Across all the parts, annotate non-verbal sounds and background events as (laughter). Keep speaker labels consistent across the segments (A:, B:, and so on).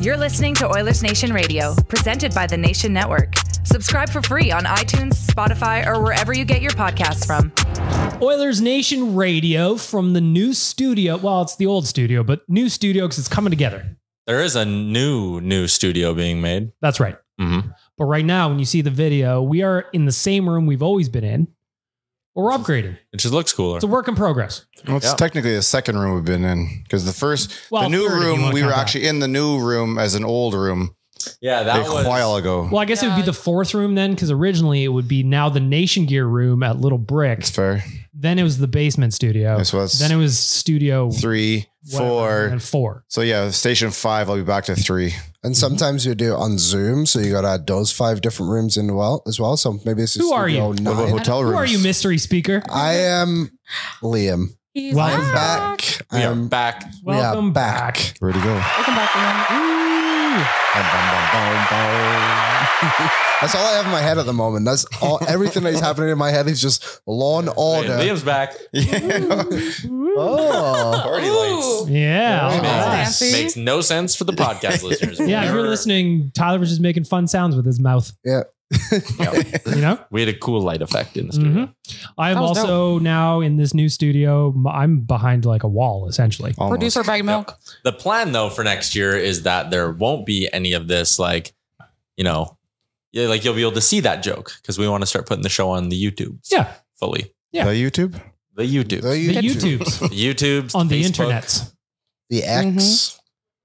A: You're listening to Oilers Nation Radio, presented by the Nation Network. Subscribe for free on iTunes, Spotify, or wherever you get your podcasts from.
B: Oilers Nation Radio from the new studio. Well, it's the old studio, but new studio because it's coming together.
C: There is a new, new studio being made.
B: That's right.
C: Mm-hmm.
B: But right now, when you see the video, we are in the same room we've always been in, but we're upgrading.
C: It just looks cooler.
B: It's a work in progress.
D: Well, it's
C: Yeah.
D: technically the second room we've been in because the first,
B: Well,
D: the new
B: third if you
D: room,
B: wanna
D: we were
B: count that.
D: actually in the new room as an old room
C: yeah, that
D: a
C: was
D: while ago.
B: Well, I guess it would be the fourth room then, because originally it would be now the Nation Gear room at Little Brick.
D: That's fair.
B: Then it was the basement studio.
D: Yes, well, that's
B: then it was studio
D: Three,
B: whatever,
D: four.
B: and four.
D: So yeah, station five. I'll be back to three.
E: And sometimes you do it on Zoom, so you got to add those five different rooms in well as well. So maybe it's just
B: Who are you?
E: studio
D: What about
E: nine.
D: hotel rooms?
B: Who are you, mystery speaker?
E: I am Liam.
F: He's
B: Welcome
E: I'm
F: back.
E: back.
C: We are
E: I'm
C: back.
E: we are
B: Welcome
E: back.
B: back.
D: Where'd he go?
F: Welcome back, Liam.
B: Ooh.
D: Bum, bum, bum, bum, bum. (laughs)
E: That's all I have in my head at the moment. That's all. Everything that's happening in my head is just law and
C: Hey,
E: order.
C: Liam's back.
D: Yeah.
E: oh,
C: Party lights.
B: Yeah.
E: Very
B: all
E: nice.
B: right.
C: Makes,
F: Fancy.
C: makes no sense for the podcast listeners.
B: Yeah, if you're
C: Never-
B: listening, Tyler was just making fun sounds with his mouth.
E: yeah.
C: Yeah.
B: You know?
C: We had a cool light effect in the studio.
B: Mhm. I am
F: That was
B: also now in this new studio. m- I'm behind like a wall, essentially.
D: Almost.
F: Producer bag of milk.
C: The plan though for next year is that there won't be any of this like, you know, yeah, like you'll be able to see that joke because we want to start putting the show on the YouTube.
B: Yeah.
C: fully
B: Yeah.
D: The YouTube.
C: the YouTube,
E: The
C: the,
B: The
E: YouTube.
C: (laughs)
B: YouTubes
C: YouTube,
B: on the internets.
E: The X.
F: Mhm.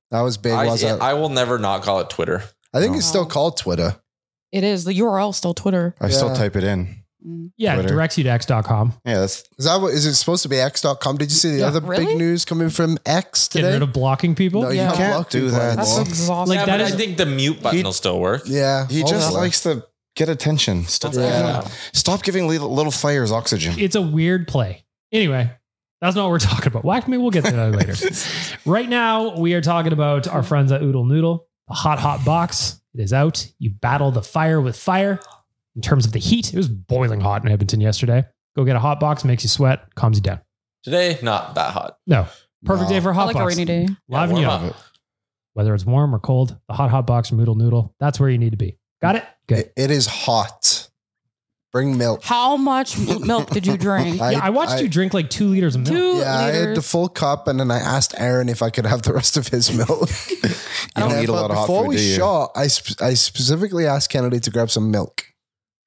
E: That was big,
C: I,
E: was it? I,
C: I will never not call it Twitter.
E: think
D: Oh.
E: it's still called Twitter.
F: It is. The URL still Twitter.
D: I still
E: Yeah. Mm.
D: type it in.
B: Yeah, it
D: Twitter.
B: directs you to x.com.
D: Yeah, that's
E: Is that what is it supposed to be X.com? Did you see the
F: Yeah,
E: other
F: really?
E: big news coming from X
B: Getting
E: today?
B: rid of blocking people.
E: no,
F: Yeah.
E: you
D: Can't
E: can't block
D: do
E: people
D: that.
F: That's
E: anymore.
F: exhausting.
B: Like
C: yeah,
B: that
C: but
B: is-
C: I think the mute button
D: He-
C: will still work.
E: Yeah.
D: He just
E: hopefully.
D: likes to get attention. Stop,
C: That's
E: Yeah.
C: all.
D: stop giving little, little fires oxygen.
B: It's a weird play. Anyway, that's not what we're (laughs) talking about. Well, actually, we'll get to that later.
E: (laughs)
B: Right now, we are talking about our friends at Oodle Noodle, the hot, hot box. It is out. You battle the fire with fire. In terms of the heat, it was boiling hot in Edmonton yesterday. Go get a hot box, makes you sweat, calms you down.
C: Today, not that hot.
B: No, perfect
E: No.
B: day for a
F: I
B: hot
F: like a
B: box.
F: rainy day.
B: Live
C: Yeah,
B: and
C: warm
B: young.
C: up.
B: Whether it's warm or cold, the hot, hot box from Oodle Noodle, that's where you need to be. Got it? Good.
E: It- it is hot. Bring milk.
F: How
E: (laughs)
F: much m- milk did you drink?
B: yeah, I watched you drink like two liters of milk.
F: Two
E: Yeah, I had the
F: liters.
E: full cup, and then I asked Aaron if I could have the rest of his
B: (laughs)
E: milk.
D: You
E: (laughs)
D: don't
E: And
D: eat a
E: but
D: lot of hot
E: before
D: food,
E: we
D: do you?
E: shot, I sp- I specifically asked Kennedy to grab some milk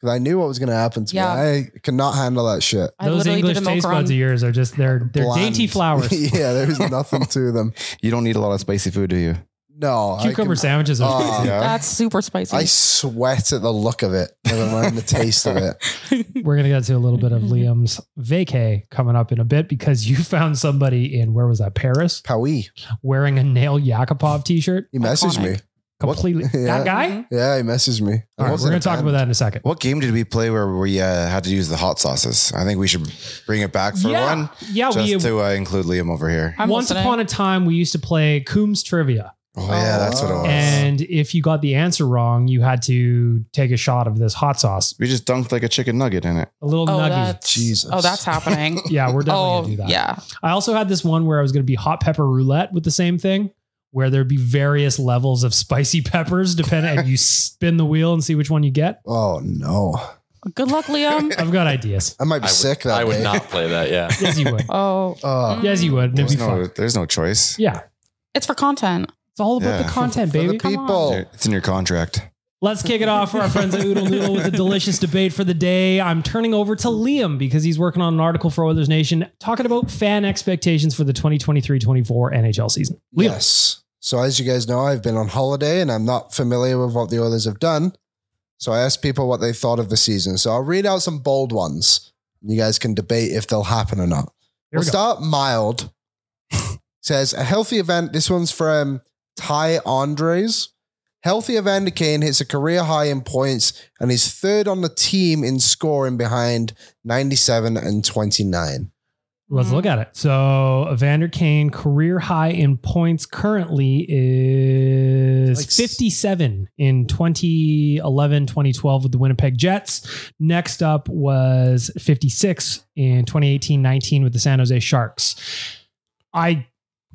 E: because I knew what was going to happen to
F: Yeah.
E: me. I could not handle that shit.
F: I
B: Those
F: literally
B: English
F: did a milk
B: taste buds of
F: run.
B: yours are just, they're, they're dainty
E: Bland.
B: flowers.
E: yeah, there was nothing to them.
D: You don't need a lot of spicy food, do you?
E: (laughs) No, I
B: Cucumber
E: can-
B: sandwiches are (laughs)
E: Oh.
B: spicy.
D: Ah, Yeah.
F: That's super spicy.
E: I
F: (laughs)
E: sweat at the look of it, never mind the taste of it.
B: We're gonna get to a little bit of Liam's vacay coming up in a bit because you (laughs) found somebody in where was that Paris
E: Powie,
B: wearing a nail Yakupov t-shirt.
E: he messaged me.
D: (laughs)
B: Completely
E: Yeah.
B: that (laughs) guy.
E: Yeah, he messaged me.
B: All right, we're gonna talk about that in a second.
D: What game did we play where we uh, had to use the hot sauces? I think we should bring it back for
B: yeah,
D: one,
B: yeah.
D: just
B: We,
D: to uh, include Liam over here.
F: I'm
B: once
F: listening.
B: upon a time, we used to play Coombs trivia,
D: Oh yeah, that's what it was.
B: and if you got the answer wrong, you had to take a shot of this hot sauce,
D: we just dunked like a chicken nugget in it.
B: a little
F: oh,
B: nugget.
F: that's,
E: Jesus.
F: oh, that's happening.
B: Yeah, we're definitely
F: oh,
B: gonna do that.
F: yeah.
B: I also had this one where I was going to be hot pepper roulette with the same thing, where there'd be various levels of spicy (laughs) peppers, depending. and you spin the wheel and see which one you get.
E: Oh no,
F: Good luck, Liam.
B: I've got ideas.
E: I might be
G: I would,
E: sick that
G: I would
E: day.
G: not play that. Yeah.
B: (laughs) Yes, you would. Uh,
F: Oh,
E: Oh,
B: Yes, you would. and It'd be
D: There's
B: fun.
D: no, there's no choice.
B: Yeah,
F: it's for content.
B: it's all about
D: Yeah. (laughs)
B: the content,
E: for
B: baby.
E: the people.
D: It's in your contract.
B: Let's kick it off for our friends at Oodle Noodle with a delicious debate for the day. I'm turning over to Liam because he's working on an article for Oilers Nation talking about fan expectations for the 2023-24 NHL season. Liam,
E: Yes. So as you guys know, I've been on holiday and I'm not familiar with what the Oilers have done. So I asked people what they thought of the season. So I'll read out some bold ones. You guys can debate if they'll happen or not. we'll
B: here we go.
E: start
B: (laughs)
E: mild. Says a healthy event. This one's from Ty Andres. Healthy Evander Kane hits a career high in points and is third on the team in scoring behind 97 and 29.
B: Let's look at it. So, Evander Kane career high in points currently is
E: Like s-
B: 57 in 2011 2012 with the Winnipeg Jets. Next up was 56 in 2018 19 with the San Jose Sharks. I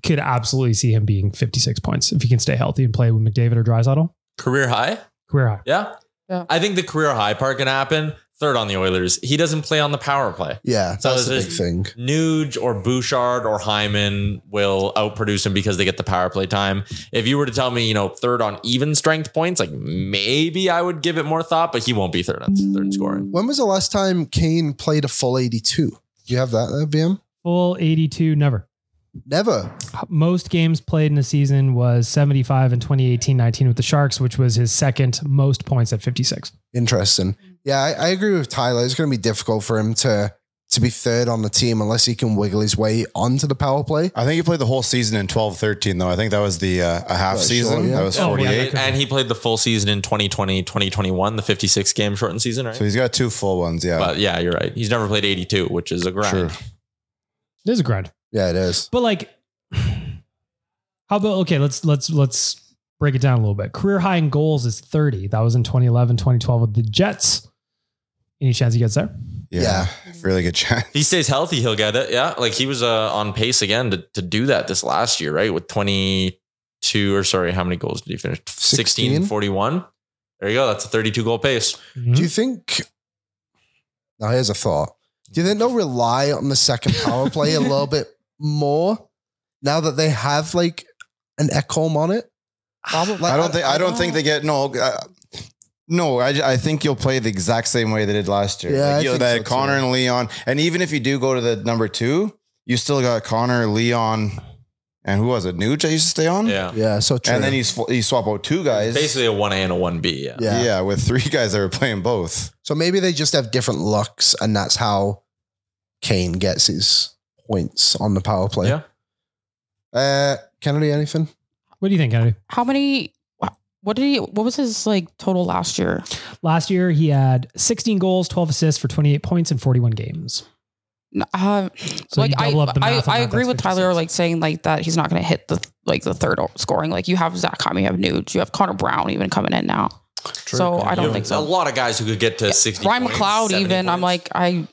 B: could absolutely see him being 56 points if he can stay healthy and play with McDavid or Drysdale.
G: Career high?
B: Career high.
G: Yeah.
F: Yeah.
G: I think the career high part can happen. Third on the Oilers. He doesn't play on the power play.
E: Yeah,
G: So
E: that's the
G: this-
E: big thing.
G: Nuge or Bouchard or Hyman will outproduce him because they get the power play time. If you were to tell me, you know, third on even strength points, like maybe I would give it more thought, but he won't be third on third in scoring.
E: When was the last time Kane played a full 82? Do you have that uh, there, BM?
B: Full 82 never.
E: Never.
B: most games played in a season was 75 in 2018 19 with the Sharks, which was his second most points at 56.
E: Interesting. Yeah, I, I agree with Tyler. It's going to be difficult for him to to be third on the team unless he can wiggle his way onto the power play.
D: I think he played the whole season in 12 13, though. I think that was the uh, a half
E: Yeah, sure,
D: season.
E: yeah.
D: That was
B: Oh, yeah.
D: 48.
G: And he played the full season in 2020, 2021, the 56 game shortened season, right?
D: So he's got two full ones. Yeah.
G: but yeah, you're right. He's never played 82, which is a grind.
B: It is a grind.
E: Yeah, it is.
B: But like (sighs) how about okay, let's let's let's break it down a little bit. Career high in goals is 30. That was in 2011, 2012 with the Jets. Any chance he gets there?
D: Yeah. Really good chance.
G: If he stays healthy, he'll get it. Yeah. Like he was uh, on pace again to, to do that this last year, right? With 22 or sorry, how many goals did he finish? 16
E: 16?
G: and 41. There you go. That's a 32 goal pace.
B: Mhm.
E: Do you think? Now, here's a thought. Do you think they'll rely on the second power
B: (laughs)
E: play a little bit more now that they have like an Ekholm on it? Probably.
D: I don't think. I don't think they get no. Uh, no, I, ju- I think you'll play the exact same way they did last year.
E: Yeah, I
D: you know,
E: think
D: that
E: so, too.
D: Connor and Leon, and even if you do go to the number two, you still got Connor, Leon, and who was it? Nuge I used to stay on.
G: Yeah.
E: Yeah. So true.
D: and then you sw- you swap out two guys.
G: Basically a 1A and a 1B. Yeah.
D: yeah.
E: yeah.
D: with three (laughs) guys that were playing both.
E: So maybe they just have different looks, and that's how Kane gets his points on the power play.
G: Yeah.
E: Uh, Kennedy, anything?
B: what do you think, Kennedy?
F: How many? wha- What did he? What was his like total last year?
B: Last year he had 16 goals, 12 assists for 28 points in 41 games.
F: N- Uh,
B: So
F: like
B: you
F: I,
B: double up the
F: I,
B: math on
F: I
B: that,
F: agree
B: that's
F: with Tyler,
B: 56.
F: like saying like that he's not going to hit the like the third o- scoring. Like you have Zach Hyman, you have Nuge, you have Connor Brown even coming in now. so I
G: You
F: don't
G: have
F: think
G: A
F: so.
G: lot of guys who could get to 60.
F: Ryan
G: points,
F: McLeod
G: 70
F: even. I'm
G: points.
F: like I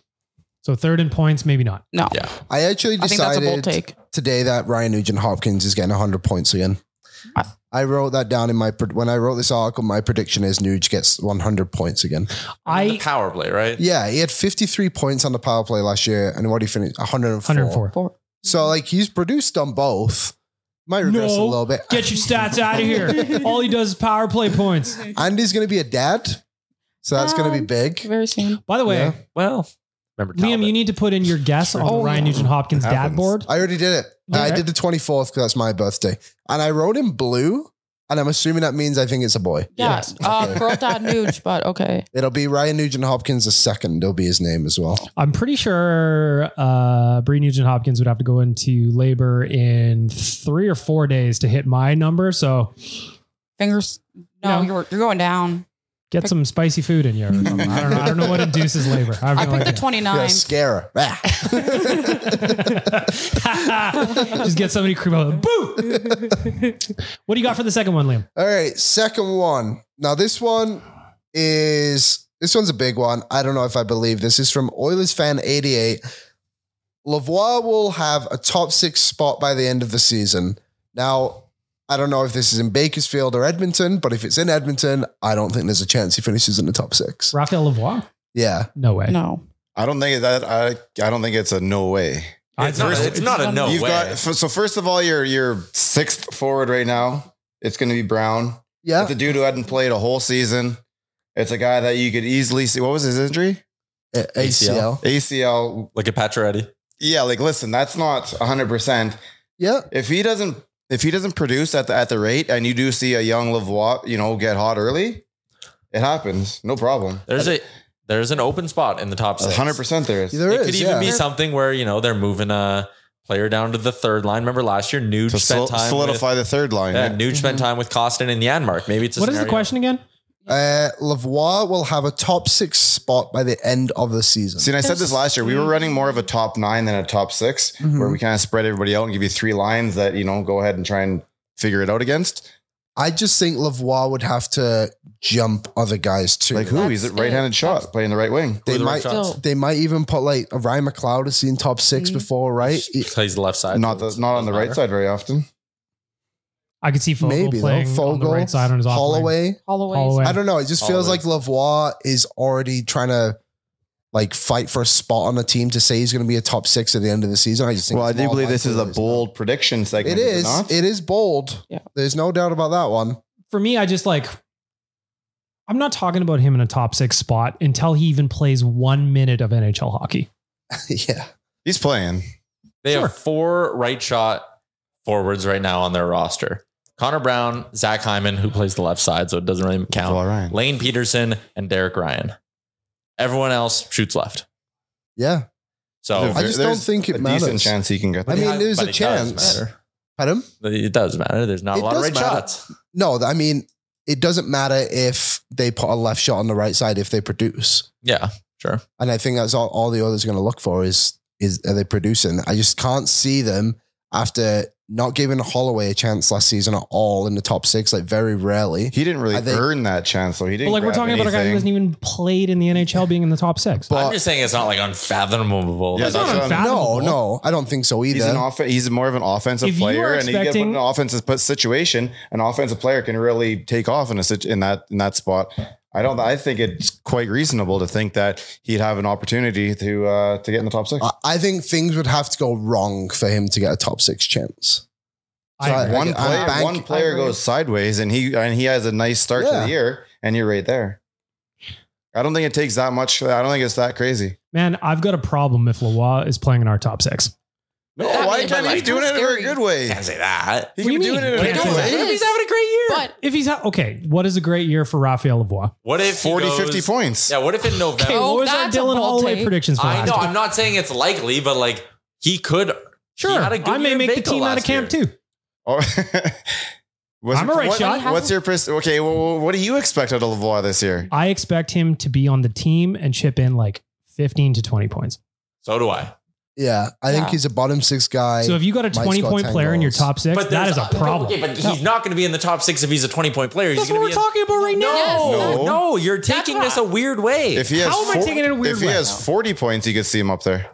B: So third in points, maybe not.
F: no.
G: Yeah.
E: I actually
F: I think that's a bold
E: decided
F: take.
E: today that Ryan Nugent Hopkins is getting 100 points again. I,
F: I-
E: wrote that down in my pred- when I wrote this article. My prediction is Nuge gets 100 points again.
G: the
B: I
G: power play, right?
E: Yeah, he had 53 points on the power play last year, and what did he finished 104.
B: 104.
F: Four.
E: So like he's produced on both. Might regress a
B: No.
E: little bit.
B: Get your stats out of
E: (laughs)
B: here. All he does is power play points.
E: And he's going to be a dad, so that's going to be
F: Um,
E: big.
F: Very soon.
B: By the way,
E: Yeah.
G: Well, remember
B: Liam, you need to put in your guess on
F: Oh,
B: the Ryan
F: yeah.
B: Nugent Hopkins
D: It
B: dad
D: happens.
B: board.
E: I already did it. I
B: Okay.
E: did the 24th because that's my birthday. And I wrote in blue And I'm assuming that means I think it's a boy.
F: Yeah.
B: Yes.
F: Uh,
E: Okay.
F: girl dad Nuge, but okay.
E: It'll be Ryan Nugent Hopkins the second. It'll be his name as well.
B: I'm pretty sure uh, Bree Nugent Hopkins would have to go into labor in three or four days to hit my number. So
F: Fingers. No,
B: No.
F: you're you're going down.
B: get some spicy food in you.
F: (laughs)
B: Or something. I don't know. I don't know what induces labor. I have
F: I
B: no
F: picked the
B: idea.
F: 29.
E: Yeah,
F: (laughs)
E: scare her. Ah.
B: Just get somebody creep out. Boo! what do you got for the second one, Liam?
E: All right, second one. Now this one is this one's a big one. I don't know if I believe this is from Oilers fan 88. Lavoie will have a top six spot by the end of the season. Now, I don't know if this is in Bakersfield or Edmonton, but if it's in Edmonton, I don't think there's a chance he finishes in the top six.
B: Raphael Lavoie?
E: Yeah.
B: No way.
F: No.
D: I don't think that I I don't think it's a no way.
C: It's not,
B: First-
C: it's not a no
D: You've
C: way.
D: got f- so first of all, your your sixth forward right now. It's going to be Brown.
E: Yeah.
D: It's a dude who hadn't played a whole season. It's a guy that you could easily see. What was his injury?
E: A- ACL.
D: ACL.
C: Look at Pacioretty.
D: Yeah, like listen, that's not 100%.
E: Yeah.
D: If he doesn't if he doesn't produce at the at the rate and you do see a young Lavoie, you know, get hot early, it happens. No problem.
C: There's a there's an open spot in the top six.
D: 100% there is.
E: There
D: To
C: It
E: is.
C: could even
E: yeah.
C: be something where you know they're moving a player down to the third line. Remember last year, Nuge
D: sol-
C: spent time with,
D: solidify the third line.
C: yeah, Nuge spent
E: Mm-hmm.
C: time with Costin and Yanmark. Maybe it's a
B: What is the
C: scenario.
B: question again?
E: Uh, Lavoie will have a top six spot by the end of the season.
D: See, and I said this last year. We were running more of a top nine than a top 6 where we kind of spread everybody out and give you three lines that you know go ahead and try and figure it out against.
E: I just think Lavoie would have to jump other guys too.
D: Like who? He's a
F: That's
D: right-handed
F: it.
D: shot playing the right wing.
C: Who are
E: They
C: the right
E: might,
C: shots?
F: Still.
E: they might even put like a Ryan McLeod has seen top 6
F: Mhm.
E: before, right?
C: He plays the left side.
D: Not
C: so
D: the,
C: it
D: not on the
C: doesn't
D: right
C: matter.
D: side very often.
B: I could see Fogel
E: Maybe though.
B: playing on the
E: Fogel,
B: right side on his off
E: (laughs)
B: lane.
E: Holloway.
F: Holloway.
B: Holloway.
E: I don't know. It just feels
C: Holloway.
E: like Lavoie is already trying to like fight for a spot on the team to say he's going to be a top six at the end of the season. I just think.
D: Well, I
E: it's
D: do
E: more
D: believe this is
E: likely
D: a
E: than it's
D: bold prediction
E: not.
D: segment.
E: It
D: is
E: is.
D: not?
E: It is bold.
F: Yeah.
E: There's no doubt about that one.
B: for me, I just like I'm not talking about him in a top six spot until he even plays one minute of NHL hockey.
E: (laughs) yeah.
D: He's playing.
C: They
B: Sure.
C: have four right shot forwards right now on their roster. Connor Brown, Zach Hyman, who plays the left side, so it doesn't really count.
D: All right.
C: Lane Peterson and Derek Ryan. Everyone else shoots left.
E: Yeah.
C: So
E: I just don't think it
D: a Decent
E: matters.
D: chance he can get.
E: I
D: there.
E: mean, there's
C: But
E: a
C: it does
E: chance.
C: matter.
E: Adam?
C: It does matter. There's not
E: It
C: a lot of
E: does
C: right
E: matter.
C: shots.
E: No, I mean, it doesn't matter if they put a left shot on the right side if they produce.
C: Yeah, sure.
E: And I think that's all, all the others are going to look for is is are they producing? I just can't see them after not giving Holloway a chance last season at all in the top six, like very rarely.
D: he didn't really
E: I think-
D: earn that chance, though. He
B: But
D: didn't.
B: like we're
D: grab
B: talking about a guy who
D: anything.
B: hasn't even played in the NHL being in the top six.
E: But-
C: I'm just saying it's not like unfathomable.
D: Yeah,
C: That's
D: that's
C: not-
D: what I'm-
E: No,
B: Fathomable.
E: no, I don't think so either.
D: He's an off- He's more of an offensive
B: If you
D: player,
B: are
D: and he can put in
B: expecting-
D: an offensive put situation. An offensive player can really take off in a sit- in that in that spot. I don't. I think it's quite reasonable to think that he'd have an opportunity to uh, to get in the top six.
E: I- I think things would have to go wrong for him to get a top six chance.
B: I
E: I-
B: agree.
D: one
E: I'm
D: player,
E: bank-
D: one player goes sideways, and he and he has a nice start to
E: Yeah.
D: the year, and you're right there. I don't think it takes that much. I don't think it's that crazy.
B: Man, I've got a problem if Lavoie is playing in our top six.
D: No,
C: That
D: why
C: made
D: can't
C: my
D: he
C: life
D: do it in a
F: scary.
D: good way?
C: can't say that.
D: He
B: What do
D: can
B: you
D: do it
B: mean?
D: in a
B: Can't
D: good
B: say
D: way.
B: that.
F: It
C: He's
F: is.
C: having a great year.
F: But
B: If he's ha- okay, what is a great year for Raphael Lavoie?
C: What if he
D: 40,
C: goes-
D: 50 points.
C: Yeah, what if in
B: Okay,
C: November?
F: Oh,
B: what was our
F: that's a
B: Dylan
F: bold
B: Holloway
F: take.
B: predictions for
C: I
B: last
C: know.
B: year?
C: I'm not saying it's likely, but like he could. he
B: sure,
C: had a good
B: I may
C: year in
B: make the
C: Vaco
B: team out of
C: last
B: camp
C: year.
B: too.
D: Or- What's
B: I'm
D: your-
B: a right
D: what-
B: shot.
D: What's your pres- okay? Well, what do you expect out of Lavoie this year?
B: I expect him to be on the team and chip in like 15 to 20 points.
C: So do I.
E: Yeah, I think
F: Yeah.
E: he's a bottom six guy.
B: So if you got a
E: Mike's
B: 20
E: got
B: point
E: 10
B: player in your
E: goals.
B: top six, that
C: there's
B: is a
C: other-
B: problem.
C: Okay, but he's not going to be in the top six if he's a 20 point player.
B: That's
C: he's
B: what
C: going
B: we're
C: to be. in-
B: talking about right now.
C: no,
D: No.
C: no, you're
F: That's
C: taking
F: what
C: this
F: I-
C: a weird way.
D: Oh. If he has
B: How am I
D: four-
B: taking it a weird
D: If he
B: way
D: has
B: now?
D: 40 points, he could see him up there.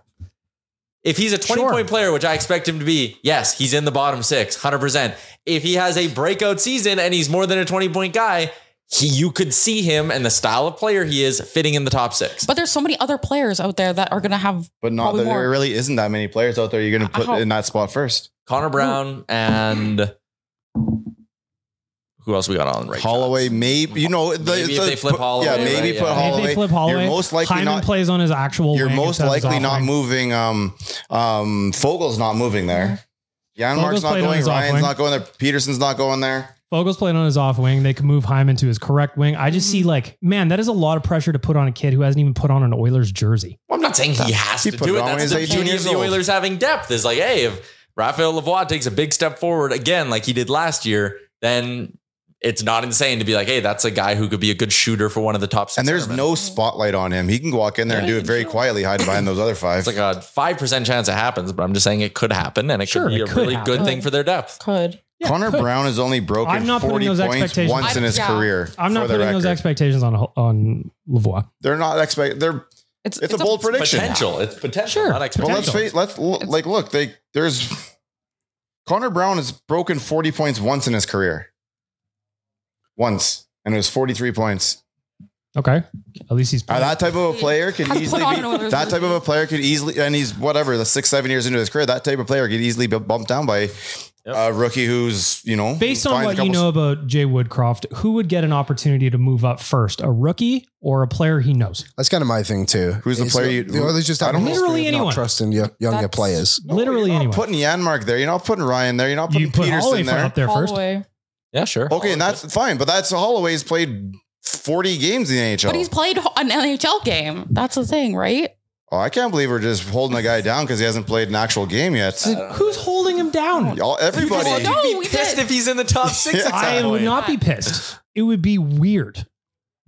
C: If he's a 20
B: Sure.
C: point player, which I expect him to be, yes, he's in the bottom six, 100%. If he has a breakout season and he's more than a 20 point guy, he, you could see him and the style of player he is fitting in the top six.
F: but there's so many other players out there that are gonna have
D: But not
F: Probably
D: that there
F: more.
D: really isn't that many players out there you're going to put
F: How-
D: in that spot first.
C: Connor Brown and who else we got on right?
D: Holloway, maybe you know, the,
C: Maybe if
D: the-
C: they flip
D: put-
C: Holloway,
D: yeah,
C: right,
D: maybe
C: yeah.
D: put
C: Maybe they
B: If
D: Holloway.
B: they flip Holloway,
D: you're most likely
B: Hyman
D: not.
B: plays on his actual.
D: You're
B: wing
D: most
B: instead of his
D: likely
B: off
D: not
B: wing.
D: moving. Um, um, Fogel's not moving there. Jan Mark's
B: Fogel's
D: not
B: played on
D: going.
B: his off
D: Ryan's
B: wing.
D: not going there. Peterson's not going there.
B: Fogel's playing on his off wing. They can move Hyman to his correct wing. I just see
C: Mm-hmm.
B: like, man, that is a lot of pressure to put on a kid who hasn't even put on an Oilers jersey.
C: Well, I'm not saying he has
D: He
C: to
D: put
C: do
D: it
C: it.
D: on when
C: That's
D: he's
C: the
D: 18
C: beauty of
D: years
C: the
D: old.
C: Oilers having depth. Is like, hey, if Raphael Lavoie takes a big step forward again, like he did last year, then it's not insane to be like, hey, that's a guy who could be a good shooter for one of the top six.
D: And there's
C: centermen.
D: no spotlight on him. He can walk in there and do it very quietly, hide behind those other five.
C: It's like a five percent chance it happens, but I'm just saying it could happen, and it
B: Sure,
C: could be
B: it
C: a
B: could
C: really
B: happen.
C: good thing for their depth.
F: Could.
B: (laughs)
D: Connor
B: could-
D: Brown has only broken
B: I'm not putting
D: 40
B: those
D: points
B: expectations-
D: once in his
F: I- yeah.
D: career.
B: I'm not
D: for the
B: putting those
D: record.
B: expectations on on Lavoie.
D: They're not expect. They're
F: It's,
D: It's a bold prediction.
C: Potential. It's potential.
B: Sure.
C: Not
B: Well,
C: expectation.
D: Well, let's face, let's l-
F: It's-
D: like look. They there's Connor Brown has broken 40 points once in his career. Once, and it was 43 points.
B: Okay, at least he's
D: Uh, that type of a player could
F: Has
D: easily
F: put on
D: be,
F: an Oilers
D: that type of a
F: jersey.
D: player could easily, and he's whatever the six seven years into his career. That type of player could easily be bumped down by a rookie who's you know
B: Based on
D: finds a
B: what you
D: couple-
B: know about Jay Woodcroft, who would get an opportunity to move up first, a rookie or a player he knows?
E: That's kind of my thing too.
D: Who's the
E: It's
D: player
E: the-
D: you-
E: the Oilers just
D: I
E: have
D: don't
E: a
B: know.
E: history
B: Literally
E: of not
B: anyone.
E: trusting your younger
F: That's-
E: players.
B: Literally
D: You're not
B: anyone.
D: putting Yanmark there. You're not putting Ryan there. You're not putting
B: you put
D: Peterson
B: Holloway
D: there.
B: up there first.
F: Holloway.
C: yeah, sure.
D: Okay, and that's fine, but that's Holloway's played 40 games in the NHL.
F: But he's played an NHL game. That's the thing, right?
D: Oh, I can't believe we're just holding a guy down because he hasn't played an actual game yet.
B: Who's holding him down?
D: Y'all, everybody.
F: Well, no,
C: You'd
F: we
C: be pissed
F: did.
C: if he's in the top six.
D: (laughs) Yeah.
C: at some
B: I would
C: point.
B: not be pissed. It would be weird.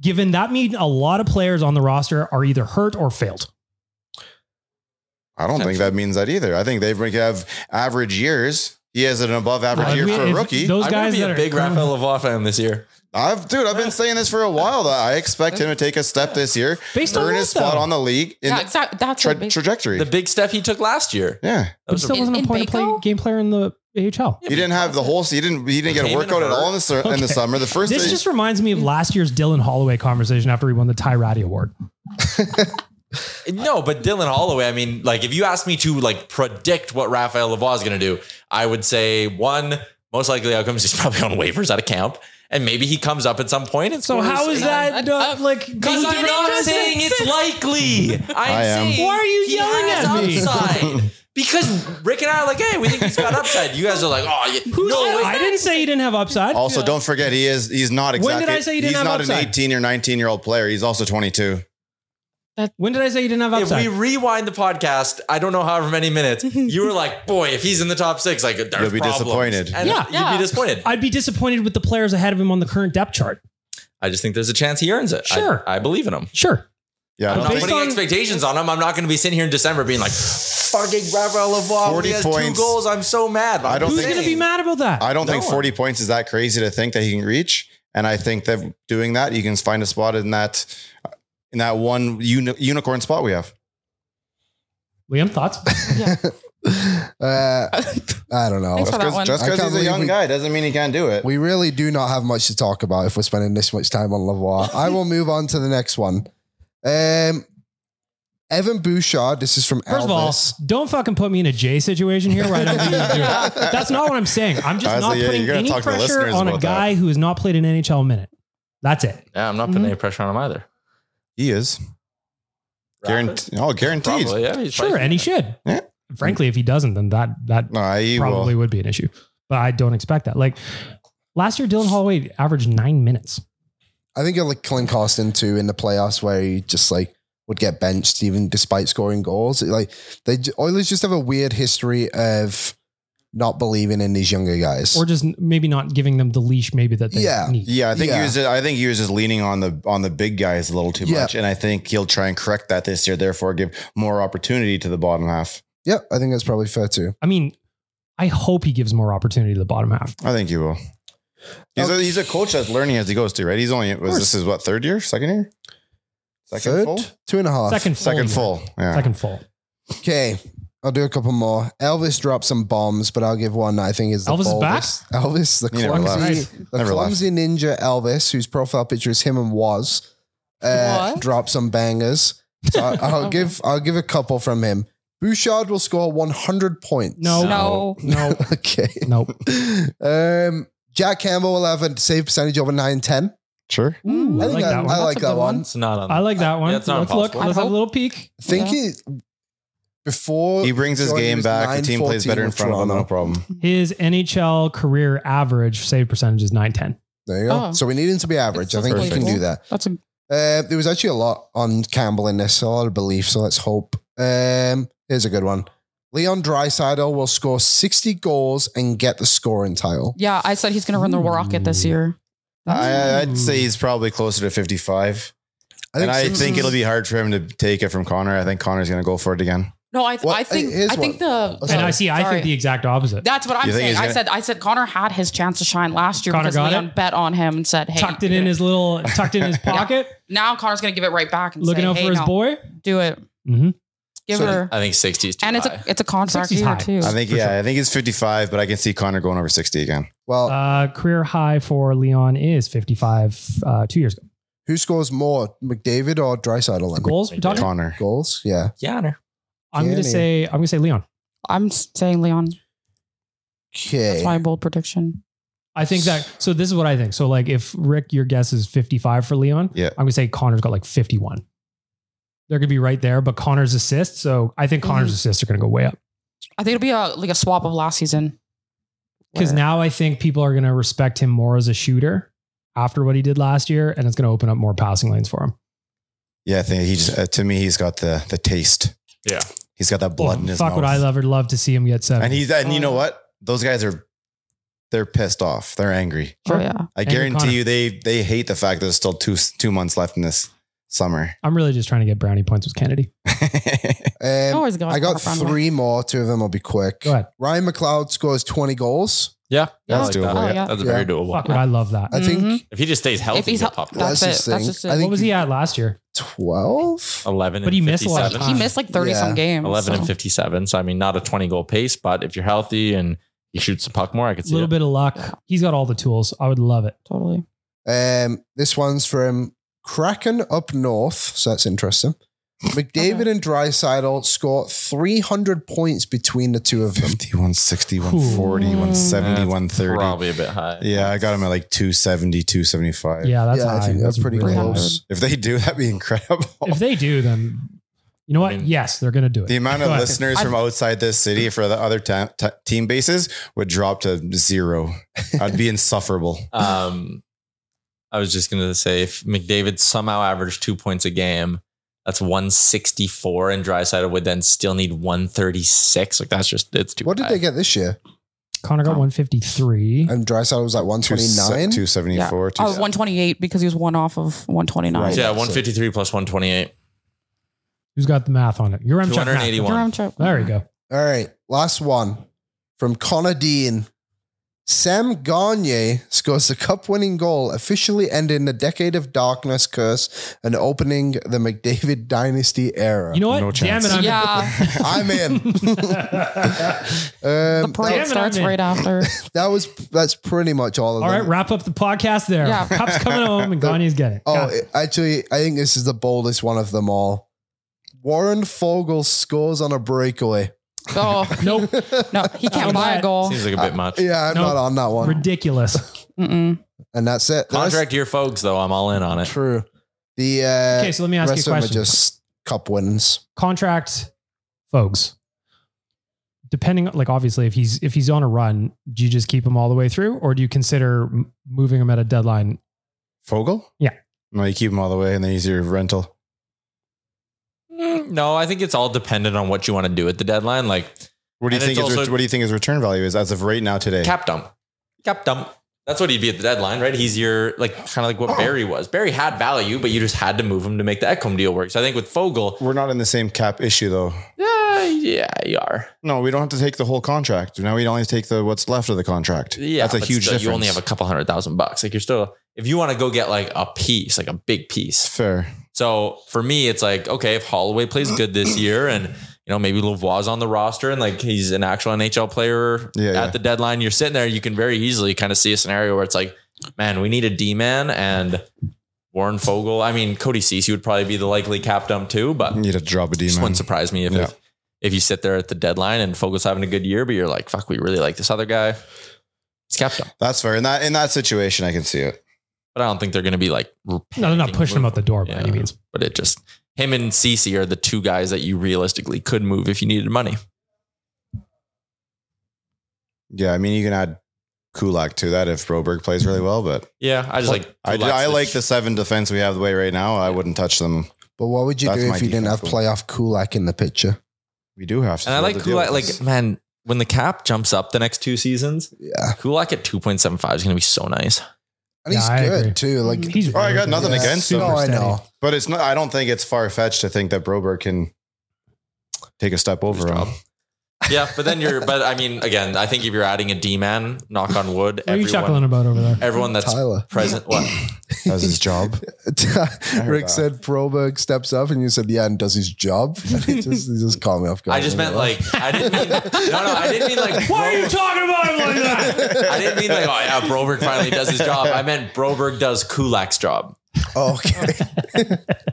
B: Given that mean a lot of players on the roster are either hurt or failed.
D: I don't think that means that either. I think they have average years. He has an above average
B: If
D: year
B: we-
D: for a
B: if
D: rookie.
B: Those
C: I'm
B: guys
C: gonna be
B: that
C: a
B: are
C: big Raphael Lavoie fan this year.
D: I've, dude, I've been saying this for a while that I expect him to take a step this year,
B: Based on
D: earn his
B: what,
D: spot
B: though?
D: on the league in
F: yeah, exactly. That's
D: tra-
F: what basi-
D: trajectory.
C: The big step he took last year.
D: yeah.
C: That
B: But
C: was a-
B: still wasn't
F: In-
B: a
F: in
B: point to play
F: Baco?
B: game player in the AHL.
D: He didn't have the whole. He didn't. He didn't get a
C: Came in
D: workout at
C: hurt.
D: all in the sur- in
B: Okay.
D: the summer. The first
B: This
D: thing-
B: just reminds me of last year's Dylan Holloway conversation after he won the Ty Ratty Award.
C: No, but Dylan Holloway, I mean, like if you asked me to like predict what Raphael Lavoie is going to do, I would say one, most likely outcomes he's probably on waivers at a camp. And maybe he comes up at some point. And
B: So how is that not like?
C: Because I'm not saying it's likely. I'm
D: I am.
C: saying
B: Why are you
C: he
B: yelling
C: has
B: at me?
C: Upside. because Rick and I are like, hey, we think he's got upside. You guys are like, oh, yeah,
B: Who
C: no,
B: said-
C: way.
B: I didn't say he didn't have upside.
D: Also, don't forget he is. He's not exactly.
B: did I say he didn't
D: he's
B: have
D: not
B: upside?
D: an 18 or 19 year old player. He's also 22.
B: When did I say he didn't have
C: if
B: upside?
C: we rewind the podcast, I don't know however many minutes, you were like, boy, if he's in the top six, like there's
D: You'll be
C: problems.
D: disappointed.
C: And
B: Yeah.
C: you'd
F: Yeah.
C: be disappointed.
B: I'd be disappointed with the players ahead of him on the current depth chart.
C: I just think there's a chance he earns it. I-
B: Sure.
C: I, believe in him.
B: Sure.
D: Yeah, I
C: I'm
D: don't
C: not
D: think-
B: Based
C: putting
B: on-
C: expectations on him. I'm not going to be sitting here in December being
B: (laughs)
C: like, fucking Raphael Lavoie,
D: 40
C: he has two
D: points.
C: goals. I'm so mad. But
D: I
C: I'm
D: don't
B: Who's
D: think-
B: going to be mad about that?
D: I don't
C: No
D: think
C: one.
D: 40 points is that crazy to think that he can reach. And I think that doing that, you can find a spot in that uh, in that one uni- unicorn spot we have.
B: Liam, thoughts?
E: (laughs) Uh, I don't know.
F: Thanks for that one.
D: Just
E: I can't
D: because he's a
E: believe
D: young
E: we-
D: guy doesn't mean he can't do it.
E: We really do not have much to talk about if we're spending this much time on Lavoie. I
F: (laughs)
E: will move on to the next one. Um, Evan Bouchard. This is from
B: First of all,
E: Elvis.
B: don't fucking put me in a J situation here where I don't think you can do
E: (laughs)
B: it. That's not what I'm saying. I'm just
D: I was
B: not
D: like, yeah,
B: putting
D: you're gonna
B: any
D: talk to the
B: pressure
D: listeners
B: on a
D: about that.
B: guy who has not played an NHL minute. That's it. Mm-hmm.
C: Yeah, I'm not putting any pressure on him either.
D: he is. Guarant- oh, guaranteed.
C: Probably, yeah. he's
B: Sure,
C: probably-
B: and he should.
D: Yeah.
B: Frankly, if he doesn't, then that that
D: No, he
B: probably
D: will.
B: would be an issue. But I don't expect that. Like last year, Dylan Holloway averaged nine minutes.
E: I think you're like Colin Costin too in the playoffs where he just like would get benched even despite scoring goals. Like they j- Oilers just have a weird history of not believing in these younger guys.
B: Or just maybe not giving them the leash maybe that they
E: Yeah.
B: need.
D: Yeah, I think
E: Yeah.
D: he was. Just, I think he was just leaning on the on the big guys a little too
E: Yeah.
D: much, and I think he'll try and correct that this year. Therefore, give more opportunity to the bottom half.
E: yeah, I think that's probably fair too.
B: I mean, I hope he gives more opportunity to the bottom half.
D: I think he will. He's, a, he's a coach that's learning as he goes too, right? He's only was
E: course.
D: this is what third year, second year, second
E: Third,
D: full,
E: two and a half.
B: Second full.
D: second
B: year.
D: full. Yeah.
B: Second full.
E: Okay, I'll do a couple more. Elvis dropped some bombs, but I'll give one that I think is the
B: Elvis is back?
E: boldest. Elvis, the
D: He never
E: clumsy,
B: left.
E: the
D: Never left.
E: clumsy ninja Elvis, whose profile picture is him and was, uh,
F: What?
E: dropped some bangers. So I,
B: (laughs)
E: I'll give I'll give a couple from him. Bouchard will score 100 points.
B: No.
F: No.
B: No.
E: (laughs) Okay.
B: Nope.
E: Um, Jack Campbell will have a save percentage over 9 10.
D: Sure.
B: Ooh, I, like that, one.
E: I like
F: That's a
E: that
F: good
E: one.
F: one.
C: It's not on.
B: I like that one.
C: Yeah, it's not
B: let's look.
C: impossible.
B: Let's have a
F: I
B: little peek.
E: Think
F: Yeah.
E: he, Before
D: He brings his
E: Jordan
D: game
E: was
D: back. The team plays
E: 9-14
D: better in
E: with
D: front of him. No
E: Toronto.
D: problem.
B: His NHL career average save percentage is 910.
E: There you go.
F: Oh.
E: So we need him to be average. I
F: That's
E: think we
F: perfect.
E: can do that.
F: That's a
E: Uh, there was actually a lot on Campbell in this, a lot of belief. So let's hope. Um, here's a good one. Leon Dreisidel will score 60 goals and get the scoring title.
F: yeah. I said he's gonna run the rocket this
B: Ooh.
F: year.
D: I, I'd say
B: Ooh.
D: he's probably closer to 55.
E: I
D: and I
E: 60
D: think it'll be hard for him to take it from Connor. I think Connor's going to go for it again.
F: No, I
E: Well,
F: I think
E: here's
F: I think the
E: Oh,
B: And
E: sorry.
B: I see, I
F: Sorry.
B: think the exact opposite.
F: That's what I'm
D: You think
F: saying.
D: he's
F: I
D: gonna-
F: said I said Connor had his chance to shine last year
B: Connor
F: because
B: got
F: Leon
B: it?
F: bet on him and said, "Hey,
B: tucked it
F: do
B: in his little,
F: (laughs)
B: tucked in his pocket,
F: Now Connor's gonna give it right back and
B: looking
F: say,
B: out
F: "Hey,
B: for his
F: no,
B: boy.
F: do it.
B: Mhm.
F: Give
E: So
F: her."
C: I think 60 is too
F: And it's
C: high.
F: a it's a contract
B: 60's
F: year
B: high.
F: too.
D: I think,
B: For
D: yeah,
B: sure.
D: I think he's 55, but I can see Connor going over 60 again.
E: Well,
B: Uh, career high for Leon is 55 uh, two years ago.
E: who scores more, McDavid or Dreisidel? then?
B: Goals we're talking.
D: Connor.
E: Goals? Yeah.
C: yeah, no.
B: I'm gonna
E: Kenny.
B: say I'm gonna say Leon.
F: I'm s- saying Leon.
E: Okay.
F: That's my bold prediction.
B: I think that so this is what I think. So like if Rick, your guess is 55 for Leon,
D: Yeah.
B: I'm gonna say Connor's got like 51. They're gonna be right there, but Connor's assists. So I think Connor's
F: Mhm.
B: assists are gonna go way up.
F: I think it'll be a like a swap of last season.
B: Because
F: Where-
B: now I think people are gonna respect him more as a shooter after what he did last year, and it's gonna open up more passing lanes for him.
D: Yeah, I think he just, uh, to me, he's got the the taste.
C: Yeah.
D: He's got that blood in his
B: Oh, Fuck
D: mouth.
B: what Oh. I love would love to see him get seven.
D: And he's, and you know what? Those guys are, they're pissed off. They're angry.
F: Oh yeah.
D: I
B: Angry
D: guarantee
B: Connor.
D: you they they hate the fact that there's still two two months left in this summer.
B: I'm really just trying to get brownie points with Kennedy.
E: Um,
F: Always go
E: I got
F: up front, right?
E: three more. Two of them will be quick.
B: Go ahead.
E: Ryan McLeod scores 20 goals.
C: Yeah,
F: Yeah.
C: I like
D: That's doable,
C: That.
F: Oh, yeah.
C: That's
E: Yeah.
C: very doable.
B: Fuck would I love that. Mm-hmm.
E: I think
F: Mhm.
C: If he just stays healthy,
F: If he's
C: he'll
F: hel-
C: pop
F: that-
C: that,
E: that's,
F: That's
E: his
F: it. That's
E: thing.
F: just it.
E: I think
B: What was he at last year?
E: 12?
C: 11
B: But
C: and
B: he missed a lot of
C: 57.
F: He
B: time.
F: missed like 30
E: Yeah.
F: some games.
C: 11 and
F: so.
C: 57. So, I mean, not a 20 goal pace, but if you're healthy and you shoot some puck more, I could
B: A
C: see
B: little
C: it.
B: bit of luck.
F: Yeah.
B: He's got all the tools. I would love it.
F: Totally.
E: Um, this one's from Kraken up north, so that's interesting. McDavid and Drysidle score 300 points between the two of them.
D: 51, 60, 140,
F: Ooh.
D: 170, 130.
C: Probably a bit high.
D: Yeah, I got him at like 270, 275.
B: Yeah, that's
E: yeah,
B: high.
E: I think that's pretty
B: really
E: close.
D: If they do, that'd be incredible.
B: high. If they do, then you know what?
C: I mean,
B: yes, they're gonna do it.
D: the amount of
B: (laughs) Go ahead.
D: listeners from outside this city for the other ta- ta- team bases would drop to zero. I'd be insufferable.
C: Um, I was just going to say if McDavid somehow averaged two points a game, that's 164, and Drysidle would then still need 136. Like, that's just, it's too
E: What did
C: high.
E: they get this year?
B: Connor got 153.
E: And Drysidle was like 129.
D: 274,
F: Oh, 128 because he was one off of 129.
E: Right.
C: Yeah, 153 plus 128.
B: Who's got the math on it? Your M check. math.
C: 281.
F: Jerome Cho-
B: There we go.
E: All right, last one from Connor Dean. Sam Gagne scores the cup winning goal, officially ending the decade of darkness curse and opening the McDavid dynasty era.
B: You know what?
D: No
B: Damn
D: chance.
B: it! I'm
F: Yeah.
D: (laughs)
E: I'm in.
B: (laughs)
F: The
E: Um,
B: Damn
F: parade
B: it,
F: starts
B: I'm in.
F: right after.
E: (laughs) that was that's pretty much all of
B: all right,
E: them.
B: wrap up the podcast there. (laughs)
F: Yeah.
B: Cup's coming
E: (laughs)
B: home and Gagne's getting it.
E: Oh,
B: Got it.
E: it- actually, I think this is the boldest one of them all. Warren Fogle scores on a breakaway.
F: Oh,
B: (laughs) Nope.
F: no, he can't
B: Not
F: buy
B: bad.
F: a goal.
C: Seems like a bit much.
E: Uh, Yeah, I'm
B: Nope.
E: not on that one.
B: Ridiculous.
F: Mm-mm.
E: And that's it. That's
C: Contract year, folks, though, I'm all in on it.
E: true. The uh,
B: Okay, so let me ask you a
E: rest of them are
B: question.
E: just cup wins.
B: Contract, folks. Depending, like obviously, if he's if he's on a run, do you just keep him all the way through, or do you consider m- moving him at a deadline
D: Fogel?
B: Yeah.
D: No, you keep him all the way and then he's your rental.
C: Mm, No, I think it's all dependent on what you want to do at the deadline. Like,
D: What do you
C: And it's
D: think? His, ret-
C: also-
D: what do you think his return value is as of right now today?
C: cap dump, cap dump. That's what he'd be at the deadline, right? He's your like kind of like what Barry was. Barry had value, but you just had to move him to make the Ekholm deal work. So I think with Fogel,
D: We're not in the same cap issue though.
C: yeah, Uh, yeah, you are.
D: No, we don't have to take the whole contract. Now we only take the what's left of the contract.
C: Yeah,
D: that's a
C: but
D: huge
C: still,
D: difference.
C: You only have a couple hundred thousand bucks. Like you're still, if you want to go get like a piece, like a big
D: It's
C: piece.
D: fair.
C: So for me, it's like okay, if Holloway plays good this year, and you know maybe Lavoie's on the roster, and like he's an actual NHL player
D: Yeah,
C: at
D: yeah.
C: the deadline, you're sitting there, you can very easily kind of see a scenario where it's like, man, we need a D man and Warren Fogle. I mean, Cody Cece would probably be the likely cap dump too, but
D: You need to drop a D
C: just
D: man.
C: wouldn't surprise me if
D: Yeah.
C: if, if you sit there at the deadline and Fogle's having a good year, but you're like, fuck, we really like this other guy. It's cap dump,
D: That's fair. In that in that situation, I can see it.
C: but I don't think they're going to be like.
B: No, they're not pushing him out the door by
C: Yeah.
B: any means.
C: But it just him and Cece are the two guys that you realistically could move if you needed money.
D: Yeah, I mean you can add Kulak to that if Broberg plays really well, but
C: Yeah, I just like
D: I, do, I like the seven defense we have the way right now. I wouldn't touch them.
E: But what would you
D: That's
E: do
D: my
E: if you didn't have
D: defense goal.
E: playoff Kulak in the picture?
D: We do have to.
C: and I
D: be able
C: like
D: to deal
C: Kulak.
D: with
C: Like
D: this.
C: man, when the cap jumps up the next two seasons,
E: Yeah.
C: Kulak at two point seven five is going to be so nice.
E: And he's
B: Yeah, I
E: good
B: agree.
E: too. Like
B: He's
D: Oh, I got
B: really
D: nothing
B: good.
D: against him.
B: Super
E: No, I
B: steady.
E: know.
D: but it's not. I don't think it's far fetched to think that Broberg can take a step over him.
C: Yeah, but then you're. but I mean, again, I think if you're adding a D man, knock on wood,
B: What are you
C: everyone,
B: chuckling about over there?
C: everyone that's
E: Tyler.
C: present. What?
D: That's his job.
E: (laughs) Rick
D: that.
E: said Broberg steps up, and you said yeah, and does his
D: (laughs)
E: job. And he just, he just caught me off guard.
C: I just meant like I didn't mean no no I didn't mean like
B: Why are you talking about him like that?
C: (laughs) I didn't mean like oh yeah Broberg finally does his job I meant Broberg does Kulak's job
E: Oh, okay.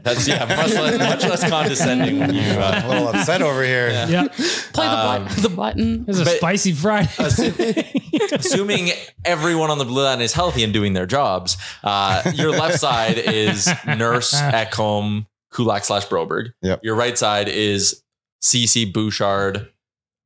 C: that's yeah much less, much less
E: (laughs)
C: (laughs) condescending when you uh,
D: I'm a little upset over here.
B: Yeah,
F: Play the, button. the button.
B: it's a
C: Um, But-
B: spicy Friday.
C: assuming everyone on the blue line is healthy and doing their jobs uh, your left side is Nurse Ekholm Kulak slash Broberg
D: Yep.
C: your right side is CC Bouchard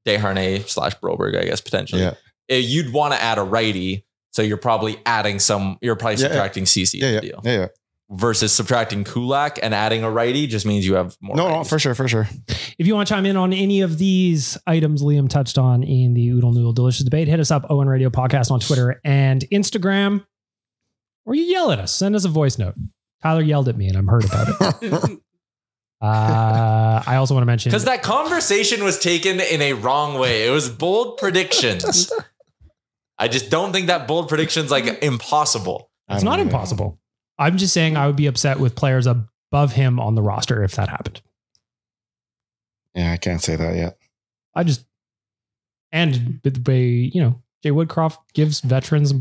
C: Deharnay slash Broberg I guess potentially
D: Yeah.
C: Uh, you'd want to add a righty so you're probably adding some you're probably
D: Yeah, yeah.
C: subtracting CC to
D: Yeah, yeah,
C: the deal.
D: yeah, yeah.
C: versus subtracting Kulak and adding a righty just means you have more.
D: No, no,
C: righties.
D: for sure, for sure.
B: (laughs) If you want to chime in on any of these items Liam touched on in the Oodle Noodle Delicious Debate, hit us up, Owen Radio Podcast on Twitter and Instagram. Or you yell at us, send us a voice note. Tyler yelled at me and I'm hurt about it. uh, I also want to mention
C: Because that conversation was taken in a wrong way. It was bold
B: (laughs)
C: predictions. I just don't think that bold prediction's like impossible.
B: it's not impossible. I'm just saying I would be upset with players above him on the roster if that happened.
D: Yeah, I can't say that yet.
B: I just and but the way you know Jay Woodcroft gives veterans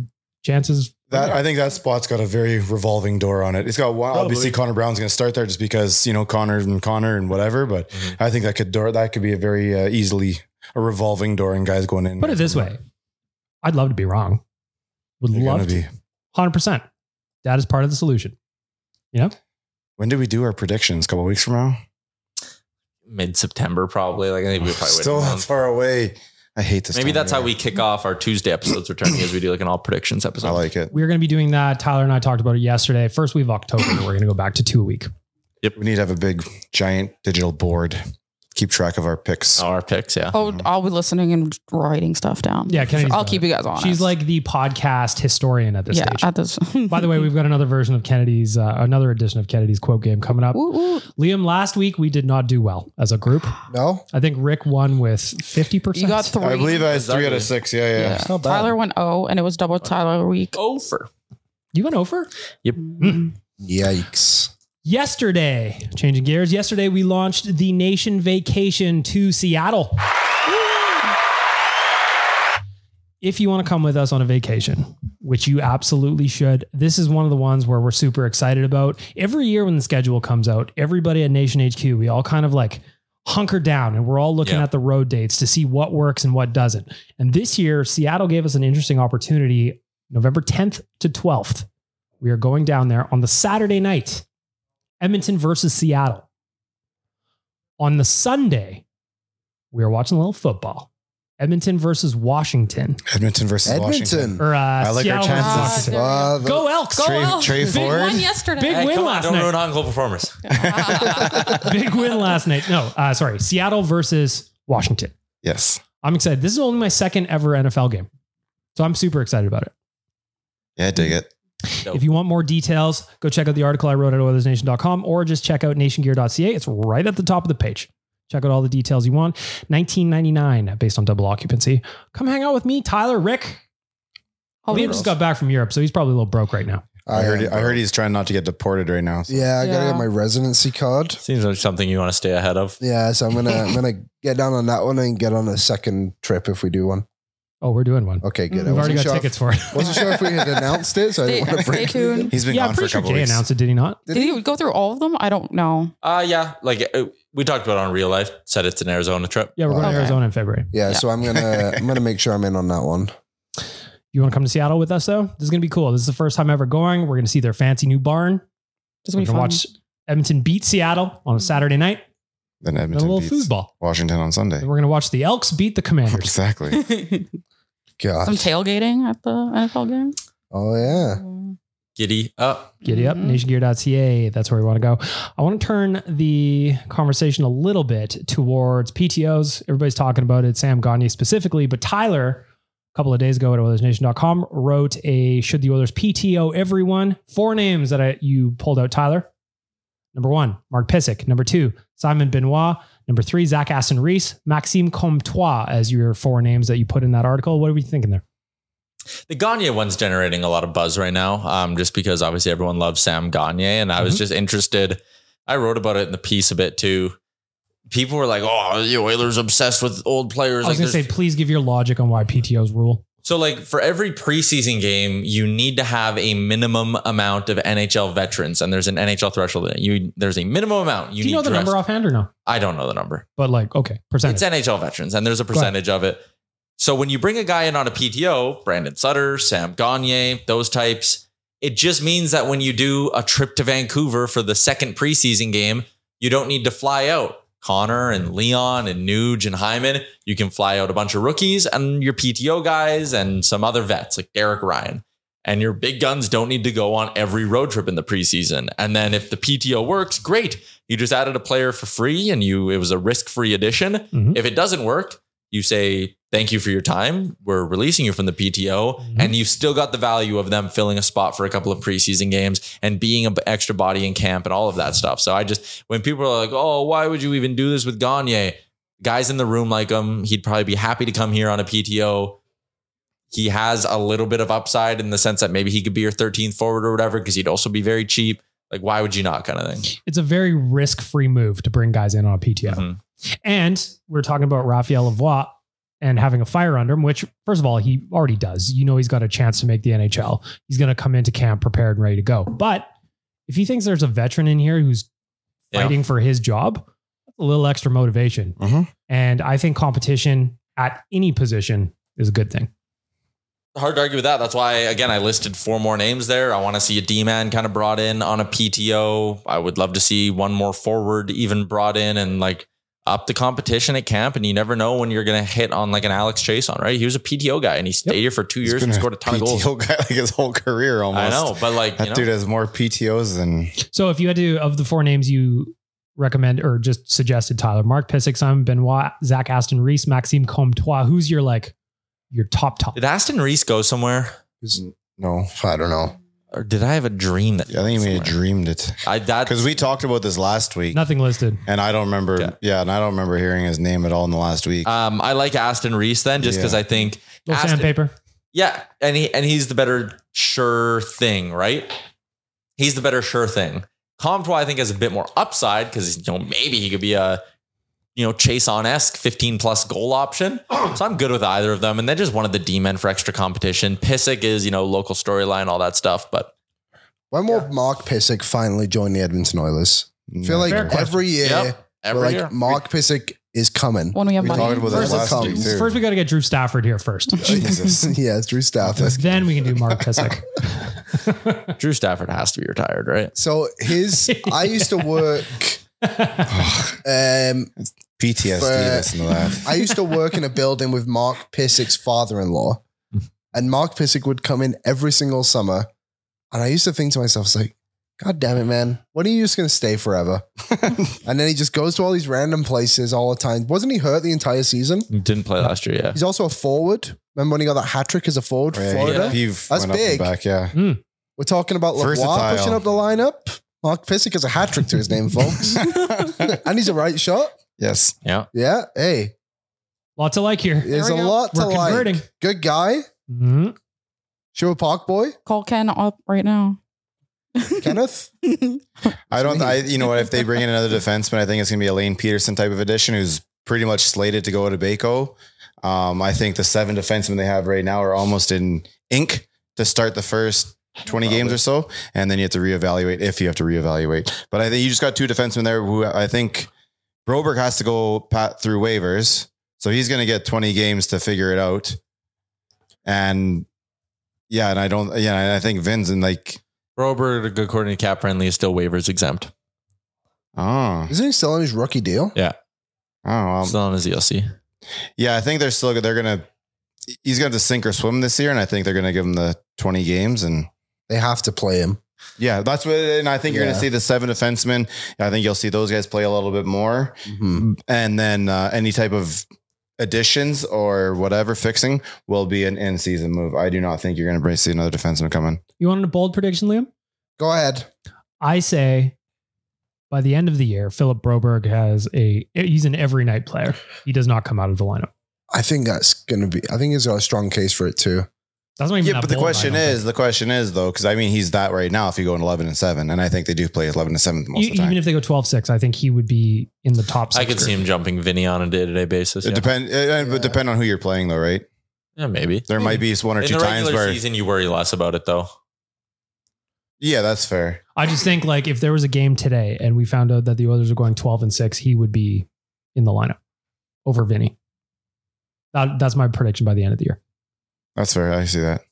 B: chances.
D: That I think that spot's got a very revolving door on it. It's got one. Obviously, Connor Brown's going to start there just because you know Connor and Connor and whatever. But
C: Mhm.
B: Mm-hmm.
D: I think that could door that could be a very uh, easily a revolving door and guys going in.
B: Put it this way, I'd love to be wrong. Would
D: They're gonna
B: love
D: be.
B: to hundred percent. That is part of the solution. You know,
D: When did we do our predictions? A couple weeks from now.
C: Mid September, probably. Like I think we probably waited
D: Still
C: a
D: not
C: month.
D: far away. I hate this.
C: Maybe
D: time of
C: that's how
D: year.
C: we kick off our Tuesday episodes returning as we do like an all predictions episode.
D: I like it.
B: we're going to be doing that. Tyler and I talked about it yesterday. First week of October, we're going to go back to two a week.
D: We need to have a big, giant digital board. Keep track of our picks.
C: Oh, our picks, yeah.
F: I'll, Oh, I'll be listening and writing stuff down.
B: Yeah, Kennedy's
F: I'll
B: got
F: keep
B: it.
F: you guys on.
B: She's like the podcast historian at this
F: yeah,
B: stage.
F: at this. (laughs)
B: By the way, we've got another version of Kennedy's, uh, another edition of Kennedy's quote game coming up.
F: Ooh, ooh.
B: Liam, last week we did not do well as a group.
E: no,
B: I think Rick won with 50%.
F: you got three.
D: I believe I was
C: Exactly.
D: three out of six. Yeah, yeah.
F: Yeah.
E: not bad.
F: Tyler went O, and it was double Tyler week.
C: Over.
B: You went over?
E: Mm. yikes!
B: Yesterday, changing gears, yesterday we launched the Nation Vacation to Seattle. If you want to come with us on a vacation, which you absolutely should, this is one of the ones where we're super excited about. Every year when the schedule comes out, everybody at Nation HQ, we all kind of like hunker down and we're all looking
C: Yeah.
B: at the road dates to see what works and what doesn't. And this year, Seattle gave us an interesting opportunity November 10th to 12th. We are going down there on the Saturday night. Edmonton versus Seattle. On the Sunday, we are watching a little football. Edmonton versus Washington.
D: Edmonton versus
E: Edmonton.
D: Washington.
B: Or uh, I
D: like our chances.
B: Washington.
E: Wow, the-
B: Go Elks.
D: Trey-
B: Elks.
D: Trey
B: big,
D: Ford?
B: win-
F: One yesterday.
B: Big win
C: come on,
B: last
C: don't
B: night.
C: ruin on global performers.
B: (laughs) Big win last night. No, uh, sorry. Seattle versus Washington.
D: Yes.
B: I'm excited. This is only my second ever NFL game. So I'm super excited about it.
D: Yeah, dig it.
C: Dope.
B: If you want more details, go check out the article I wrote at oilersnation.com or just check out nationgear.ca. It's right at the top of the page. Check out all the details you want. 1999 based on double occupancy. Come hang out with me, Tyler, Rick. Liam just got back from Europe, so he's probably a little broke right now.
D: I heard.
E: am,
D: I heard he's trying not to get deported right now.
E: Yeah, I gotta
F: Yeah.
E: get my residency card.
C: Seems like something you want to stay ahead of.
E: Yeah, so I'm gonna I'm gonna
D: (laughs)
E: get down on that one and get on a second trip if we do one.
B: Oh, we're doing one.
E: Okay, good.
B: We've already got
E: sure
B: tickets
E: If,
B: for it. (laughs)
E: wasn't sure if we had announced it, so I
F: Stay,
E: didn't want to
F: (laughs) stay
E: break.
F: tuned.
D: He's been
B: yeah,
D: gone
B: I'm
D: for a
B: pretty sure
D: couple
B: Jay
D: weeks.
B: announced it, did he not?
F: Did he go through all of them? I don't know.
C: Uh yeah, like uh, we talked about on real life. Said it's an Arizona trip.
B: Yeah, we're going
E: Okay.
B: to Arizona in February.
E: Yeah,
F: Yeah.
E: so I'm gonna I'm gonna make sure I'm in on that one.
B: You want to come to Seattle with us, though? This is going to be cool. This is the first time ever going. We're going to see their fancy new barn.
F: Just
B: We're
F: gonna be
B: going to
F: fun.
B: watch Edmonton beat Seattle on a Saturday night.
D: Then
B: and a
D: Edmonton
B: little
D: beats
B: foosball.
D: Washington on Sunday.
B: Then we're going to watch the Elks beat the Commanders.
D: Exactly.
F: (laughs)
E: God.
F: Some tailgating at the NFL game.
E: oh yeah.
C: Giddy up.
B: Giddy up,
F: Mhm.
B: nationgear.ca. That's where we want to go. I want to turn the conversation a little bit towards PTOs. Everybody's talking about it, Sam Gagne specifically, but Tyler, a couple of days ago at OilersNation.com, wrote a Should the Oilers PTO Everyone? Four names that I, you pulled out, Tyler. Number one, Mark Pissick. Number two, Simon Benoit. Number three, Zach Aston Reese. Maxime Comtois as your four names that you put in that article. What are we thinking there?
C: The Gagne one's generating a lot of buzz right now, um, just because obviously everyone loves Sam Gagne, and I was
B: Mhm.
C: just interested. I wrote about it in the piece a bit too. People were like, "Oh, the Oilers obsessed with old players."
B: I was
C: like,
B: going to say,
C: there's-
B: please give your logic on why PTOs rule.
C: so, like for every preseason game, you need to have a minimum amount of NHL veterans, and there's an NHL threshold. You there's a minimum amount. You
B: Do you
C: need
B: know the
C: to
B: number
C: rest-
B: offhand or no?
C: I don't know the number.
B: But like, okay, percentage.
C: It's NHL veterans, and there's a
B: ahead.
C: percentage of it. So when you bring a guy in on a PTO, Brandon Sutter, Sam Gagne, those types, it just means that when you do a trip to Vancouver for the second preseason game, you don't need to fly out. Connor and Leon and Nuge and Hyman, you can fly out a bunch of rookies and your PTO guys and some other vets like Derek Ryan. And your big guns don't need to go on every road trip in the preseason. And then if the PTO works, great. You just added a player for free and you it was a risk-free addition.
B: Mhm.
C: If it doesn't work, you say thank you for your time. We're releasing you from the PTO
B: Mhm.
C: and you've still got the value of them filling a spot for a couple of preseason games and being an extra body in camp and all of that stuff. So I just when people are like, "Oh, why would you even do this with Gagne?" Guys in the room like him, he'd probably be happy to come here on a PTO he has a little bit of upside in the sense that maybe he could be your 13th forward or whatever because he'd also be very cheap. Like, why would you not? Kind of thing.
B: It's a very risk free move to bring guys in on a PTO.
C: Mhm.
B: And we're talking about Raphael Lavoie and having a fire under him, which, first of all, he already does. You know, he's got a chance to make the NHL. He's going to come into camp prepared and ready to go. But if he thinks there's a veteran in here who's
C: Yeah.
B: fighting for his job, that's a little extra motivation.
D: Mhm.
B: And I think competition at any position is a good thing.
C: Hard to argue with that. That's why, again, I listed four more names there. I want to see a D man kind of brought in on a PTO. I would love to see one more forward even brought in and like up the competition at camp. And you never know when you're going to hit on like an Alex Chase on, right? He was a PTO guy and he stayed here for two
D: He's
C: years
D: been
C: and scored a ton of
D: PTO
C: goals.
D: guy (laughs) like his whole career almost.
C: I know, but like,
D: That
C: you know,
D: dude has more PTOs than
B: So if you had to, of the four names you recommend or just suggested, Tyler, Mark Pissick, Simon Benoit, Zach Aston Reese, Maxime Comtois, who's your like your top top?
C: did Aston Reese go somewhere?
D: no.
E: I don't know.
C: Or did I have a dream that?
D: I think he may have
C: somewhere?
D: dreamed it.
C: I that
D: Because we talked about this last week.
B: Nothing listed.
D: And I don't remember.
C: Yeah.
D: Yeah. and I don't remember hearing his name at all in the last week.
C: Um, I like Aston Reese then, just because
D: Yeah.
C: I think
B: Little
C: Aston-
B: sandpaper.
C: yeah, and he and he's the better sure thing, right? He's the better sure thing. Comtois, I think, has a bit more upside because you know maybe he could be a you know chase on esque fifteen plus
E: (clears throat)
C: goal option. so I'm good with either of them, and then just one of the D men for extra competition. Pissick is you know local storyline, all that stuff,
E: (laughs)
C: but
E: When will Mark Pissick finally join the Edmonton Oilers? I feel like
B: Fair
E: every year,
C: Yep, every
E: we're like
C: year.
E: Mark Pissick is coming.
F: When we have
D: we
F: money.
D: talked about that
E: First
D: last
E: come.
D: week too.
B: First, we got to get Drew Stafford here first.
D: (laughs) Jesus.
B: (laughs)
E: yeah, Drew Stafford.
B: then we can do Mark Pissick.
C: Drew Stafford has to be retired, right?
E: So his, I used to
C: (laughs)
E: work. Um,
D: PTSD.
E: For-
D: listen to that.
E: I used to work in a building with Mark Pissick's father-in-law, and Mark Pissick would come in every single summer, and I used to think to myself, it's like, God damn it, man, when are you just going to stay
D: (laughs)
E: forever? and then he just goes to all these random places all the time. Wasn't he hurt the entire season?
C: Didn't play last year, yeah.
E: He's also a forward. Remember when he got that hat trick as a forward for
D: Yeah,
E: Florida?
D: he- he went up and
E: big.
D: Back, yeah.
B: Hmm.
E: We're talking about Lavoie
D: Versatile.
E: pushing up the lineup. Mark Pissick has a hat trick to his name,
B: (laughs)
E: folks, and he's a right shot.
D: yes.
C: Yeah.
E: Yeah, hey,
B: Lots of like here.
E: there's
F: we
E: a
F: go.
E: lot
B: We're
E: to like.
B: converting.
E: Good guy,
B: Mhm.
E: sure park boy,
F: Call Ken up right now.
E: (laughs) Kenneth.
D: I don't.
E: me.
D: I you know what? If they bring in another defenseman, I think it's going to be a Lane Peterson type of addition, who's pretty much slated to go to Baco. Um, I think the seven defensemen they have right now are almost in ink to start the first. 20 games or so, and then you have to reevaluate if you have to reevaluate. But I think you just got two defensemen there who I think Broberg has to go pat through waivers. So he's going to get 20 games to figure it out. And yeah, and I don't, yeah, and I think Vin's in like,
C: Robert, according to Cap Friendly, is still waivers exempt.
D: Oh,
E: Isn't he still on his rookie deal?
D: oh, well,
C: Still on his ELC.
D: yeah. I think they're still good. They're gonna. He's going to sink or swim this year, and I think they're going to give him the 20 games. And
E: They have to play him.
D: yeah, that's what. And I think you're going
E: Yeah.
D: to see the seven defensemen. I think you'll see those guys play a little bit more. and then uh, any type of additions or whatever fixing will be an in season move. I do not think you're going to see another defenseman coming.
B: You wanted a bold prediction, Liam?
E: Go ahead.
B: I say by the end of the year, Philip Broberg has a he's an every night player. He does not come out of the lineup.
E: I think that's going to be, I think he's got a strong case for it too.
B: That's not even
D: Yeah,
B: that
D: but the
B: bold, I
D: question
B: don't
D: is, the question is though, because I mean, he's that right now. If you go in eleven and seven, and I think they do play eleven and seven most
B: think.
D: of
B: E-
D: the time.
B: even if they go 12-6, I think he would be in the top. Six
C: I could see him
B: group.
C: jumping Vinny on a day to day basis.
D: it
C: yeah.
D: depend, it, it
E: Yeah.
D: would depend on who you're playing though, right?
C: yeah, maybe.
D: There might be one or
C: In
D: two
C: the
D: times
C: regular
D: where,
C: season, you worry less about it though.
D: yeah, that's fair.
B: I just think like if there was a game today and we found out that the Oilers are going twelve and six, he would be in the lineup over Vinny. That, that's my prediction by the end of the year.
D: That's fair. I see that.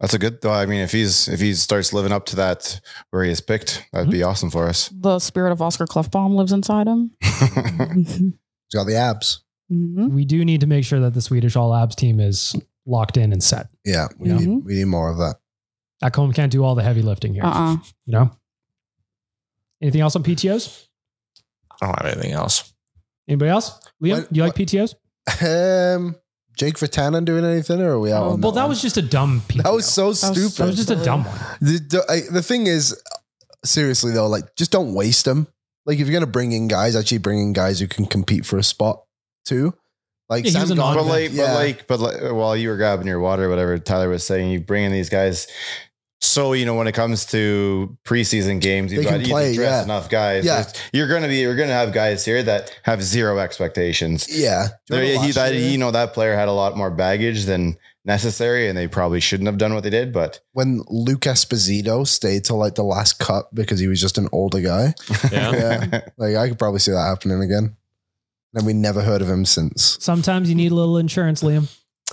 D: That's a good. Though I mean, if he's if he starts living up to that where he is picked, that'd
C: Hmm.
D: be awesome for us.
F: The spirit of Oscar Clefbaum lives inside him. Mhm.
E: (laughs) He's got the abs.
F: Mhm.
B: We do need to make sure that the Swedish All Abs team is locked in and set.
E: Yeah. We,
F: Yeah.
B: Mm-hmm.
E: Need, we need more of that.
B: Ekholm can't do all the heavy lifting here.
F: Uh-uh.
B: You know. Anything else on PTOS?
C: I don't have anything else.
B: Anybody else? Liam,
E: What-
B: you like PTOs?
E: Um, Jake Vatanen doing anything or are we out
F: Oh,
E: on
B: well,
E: that
B: that
E: one?
B: was just a dumb PTO.
E: That was so
F: That was
E: stupid.
F: so
B: that was just a
F: silly.
B: dumb one.
E: The, the, I- the thing is, seriously though, like just don't waste them. Like if you're gonna bring in guys, actually bring in guys who can compete for a spot too. Like
B: Yeah, he was
E: Sam
B: an odd
E: Gaunt-
B: man.
D: But like,
E: Yeah.
D: but like, but like, while you were grabbing your water, whatever Tyler was saying, you bring in these guys. So you know, when it comes to preseason games, you've
E: They can
D: got you
E: play,
D: can dress
E: yeah.
D: enough guys.
E: Yeah.
D: There's- You're gonna be, you're gonna have guys here that have zero expectations.
E: yeah, Do
D: There,
E: you
D: he,
E: remember
D: that,
E: last year
D: you know, that player had a lot more baggage than necessary, and they probably shouldn't have done what they did. But
E: when Luke Esposito stayed till like the last cut because he was just an older
B: (laughs)
E: guy.
C: Yeah.
E: Yeah, like I could probably see that happening again. And we never heard of him since.
B: Sometimes you need a little insurance, Liam.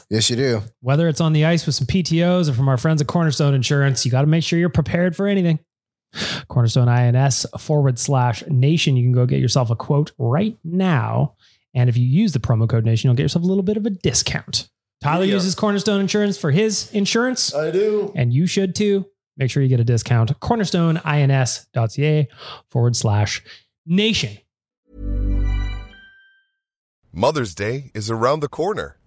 E: Yes, you do.
B: Whether it's on the ice with some PTOs or from our friends at Cornerstone Insurance, you got to make sure you're prepared for anything. Cornerstone INS forward slash nation. You can go get yourself a quote right now. And if you use the promo code nation, you'll get yourself a little bit of a discount. Tyler
C: Yeah.
B: uses Cornerstone Insurance for his insurance,
E: I do.
B: and you should too. Make sure you get a discount. Cornerstoneins.ca forward slash nation.
H: Mother's Day is around the corner.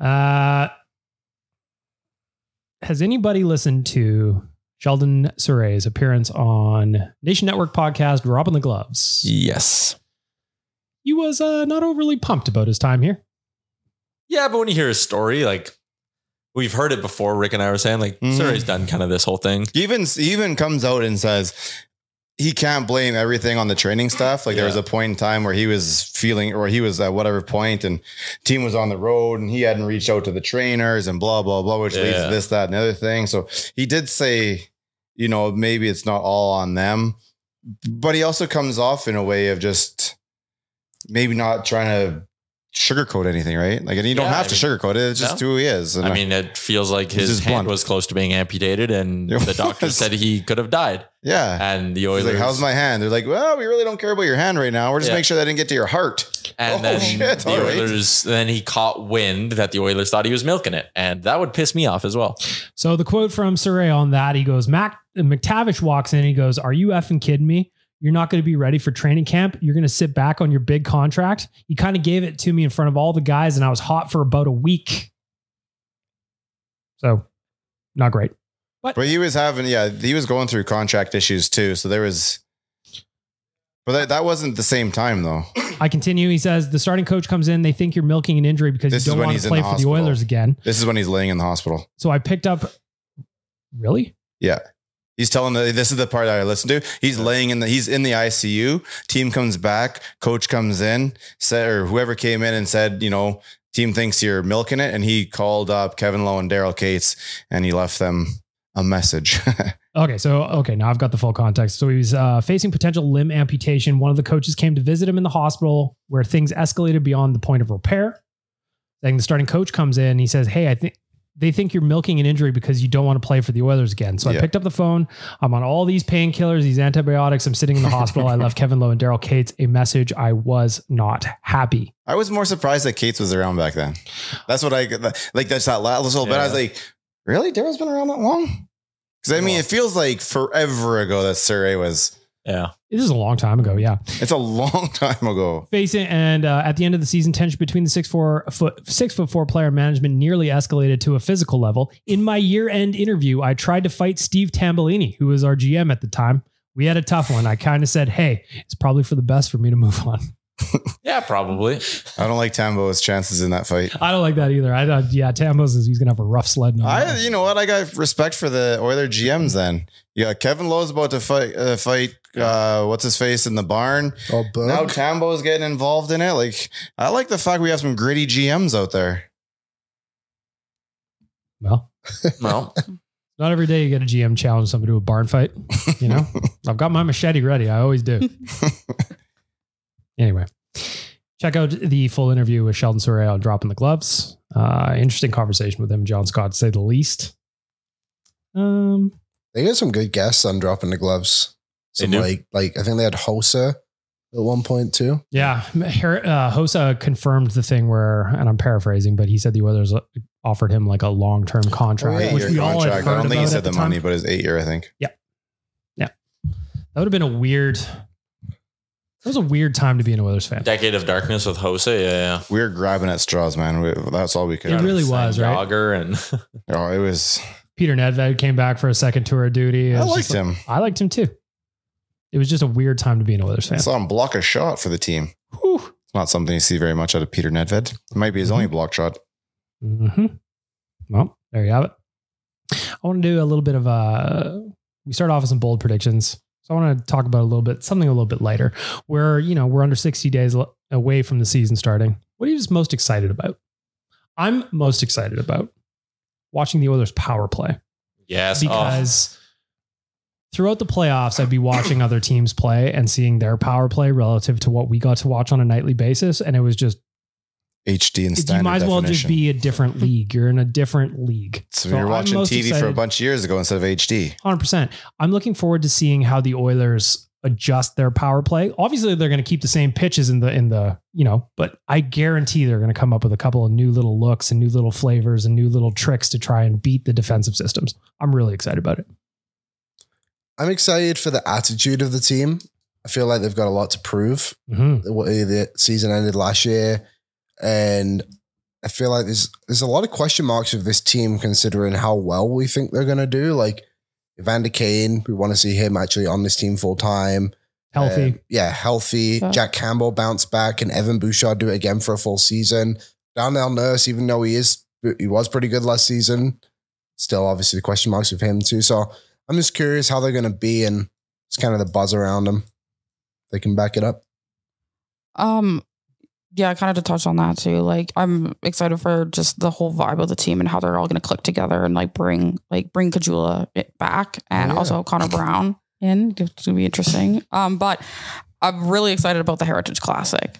B: Uh, has anybody listened to Sheldon Surrey's appearance on Nation Network podcast Robin the Gloves?
C: Yes.
B: He was uh, not overly pumped about his time here.
C: Yeah, but when you hear his story, like we've heard it before, Rick and I were saying, like,
D: Mhm.
C: Surrey's done kind of this whole thing.
D: he even he even comes out and says he can't blame everything on the training staff. Like there was
C: Yeah.
D: a point in time where he was feeling, or he was at whatever point, and team was on the road, and he hadn't reached out to the trainers, and blah blah blah, which leads
C: Yeah.
D: to this, that, and the other thing. So he did say, you know, maybe it's not all on them, but he also comes off in a way of just maybe not trying to sugarcoat anything, right? Like, and you don't
C: Yeah,
D: have
C: I
D: to
C: mean-
D: sugarcoat it. It's just
C: No.
D: who he is. And
C: I mean, it feels like
D: He's
C: his
D: just
C: hand
D: blunt.
C: was close to being amputated, and
D: (laughs) It
C: the doctor
D: was.
C: said he could have died.
D: yeah.
C: And the
D: He's
C: Oilers,
D: like, how's my hand? They're like, well, we really don't care about your hand right now. We're just
C: Yeah.
D: making sure that didn't get to your heart.
C: (laughs) and
D: oh,
C: then
D: shit.
C: the
D: all right.
C: Oilers, then he caught wind that the Oilers thought he was milking it, and that would piss me off as well.
B: So the quote from Surrey on that, he goes, Mac McTavish walks in, he goes, Are you effing kidding me? You're not going to be ready for training camp. You're going to sit back on your big contract. He kind of gave it to me in front of all the guys, and I was hot for about a week. So not great.
D: But he was having, yeah, he was going through contract issues too. So there was, but that, that wasn't the same time though.
B: I continue. He says, The starting coach comes in. They think you're milking an injury because
D: This
B: you
D: is
B: don't
D: when
B: want
D: he's
B: to
D: in
B: play
D: the
B: for the Oilers again.
D: This is when he's laying in the hospital.
B: So I picked up. Really?
D: Yeah. He's telling the this is the part that I listened to. He's laying in the he's in the ICU. Team comes back, coach comes in, said or whoever came in and said, you know, team thinks you're milking it. And he called up Kevin Lowe and Daryl Cates and he left them a message. (laughs)
B: Okay, so okay, now I've got the full context. So he was uh, facing potential limb amputation. One of the coaches came to visit him in the hospital, where things escalated beyond the point of repair. Then the starting coach comes in. He says, "Hey, I think they think you're milking an injury because you don't want to play for the Oilers again." So I
D: Yeah.
B: picked up the phone. I'm on all these painkillers, these antibiotics. I'm sitting in the hospital. I left (laughs) Kevin Lowe and Daryl Cates a message. I was not happy.
D: I was more surprised that Cates was around back then. That's what I like. That's that last little bit. I was like, really? Daryl's been around that long? Because I mean, it feels like forever ago that Surrey was.
C: Yeah,
B: This is a long time ago. Yeah.
D: it's a long (laughs) time ago.
B: Facing and uh, at the end of the season, tension between the six four foot six foot four player and management nearly escalated to a physical level. In my year end interview, I tried to fight Steve Tambellini, who was our GM at the time. We had a tough one. I kind of said, "Hey, it's probably for the best for me to move on." (laughs)
C: Yeah, probably.
D: I don't like Tambo's chances in that fight.
B: I don't like that either. I thought, yeah, Tambos is he's gonna have a rough sled. on that.
D: I, you know what? I got respect for the Oiler GMs. Then you got Kevin Lowe's about to fight. Uh, fight. Uh, what's his face in the barn?
E: Oh,
D: now Tambo's getting involved in it. Like I like the fact we have some gritty GMs out there.
B: Well,
C: well,
B: (laughs) Not every day you get a GM challenge somebody to a barn fight. You
D: (laughs)
B: know, I've got my machete ready. I always do. anyway, check out the full interview with Sheldon Surrey on Dropping the Gloves. Uh, interesting conversation with him and John Scott, to say the least. Um,
E: They got some good guests on dropping the gloves.
B: They
E: Some
B: do.
E: like like I think they had Hosa at one point too.
B: Yeah, Her- uh, Hosa confirmed the thing where, and I'm paraphrasing, but he said the Oilers offered him like a long term contract,
D: Eight
B: which
D: year
B: we all had
D: Oh, contract. I
B: heard
D: don't think he
B: about
D: said
B: at the
D: the
B: time.
D: money, but it's eight year. I think.
B: That would have been a weird. That was a weird time to be an Oilers fan.
C: Decade of Darkness with Jose. Yeah, yeah.
D: We were grabbing at straws, man. We, that's all we could.
B: It really was, right?
C: Dogger and (laughs)
D: oh, it was.
B: Peter Nedved came back for a second tour of duty. It
D: I
B: was
D: liked
B: just like-
D: him.
B: I liked him too. It was just a weird time to be an Oilers
D: I
B: fan.
D: saw him block a shot for the team.
B: Whew. Mm-hmm.
D: It's not something you see very much out of Peter Nedved. It might be his only block shot.
B: hmm Well, there you have it. I want to do a little bit of uh We start off with some bold predictions, so I want to talk about a little bit something a little bit lighter. Where you know we're under sixty days l- away from the season starting. What are you just most excited about? I'm most excited about watching the Oilers power play.
C: yes, oh.
B: because throughout the playoffs, I'd be watching other teams play and seeing their power play relative to what we got to watch on a nightly basis, and it was just
D: HD and
B: it-
D: standard
B: you might as well just
D: definition.
B: be a different league. You're in a different league.
D: so, we were watching TV for a bunch of years ago instead of HD.
B: Hundred percent. I'm looking forward to seeing how the Oilers adjust their power play. Obviously, they're going to keep the same pitches in the in the you know, but I guarantee they're going to come up with a couple of new little looks and new little flavors and new little tricks to try and beat the defensive systems. I'm really excited about it.
E: I'm excited for the attitude of the team. I feel like they've got a lot to prove.
B: Mhm.
E: The way the season ended last year, and I feel like there's there's a lot of question marks with this team considering how well we think they're going to do. Like Evander Kane, we want to see him actually on this team full time,
B: Healthy.
E: Um, yeah, healthy.
B: Yeah.
E: Jack Campbell bounce back, and Evan Bouchard do it again for a full season. Darnell Nurse, even though he is he was pretty good last season, still obviously the question marks with him too. So I'm just curious how they're going to be and it's kind of the buzz around them. They can back it up.
F: Um, yeah, kind of to touch on that too. Like, I'm excited for just the whole vibe of the team and how they're all going to click together and like bring like bring Kajula back and
E: Oh, yeah.
F: also Connor Brown in. It's gonna be interesting. Um, but I'm really excited about the Heritage Classic.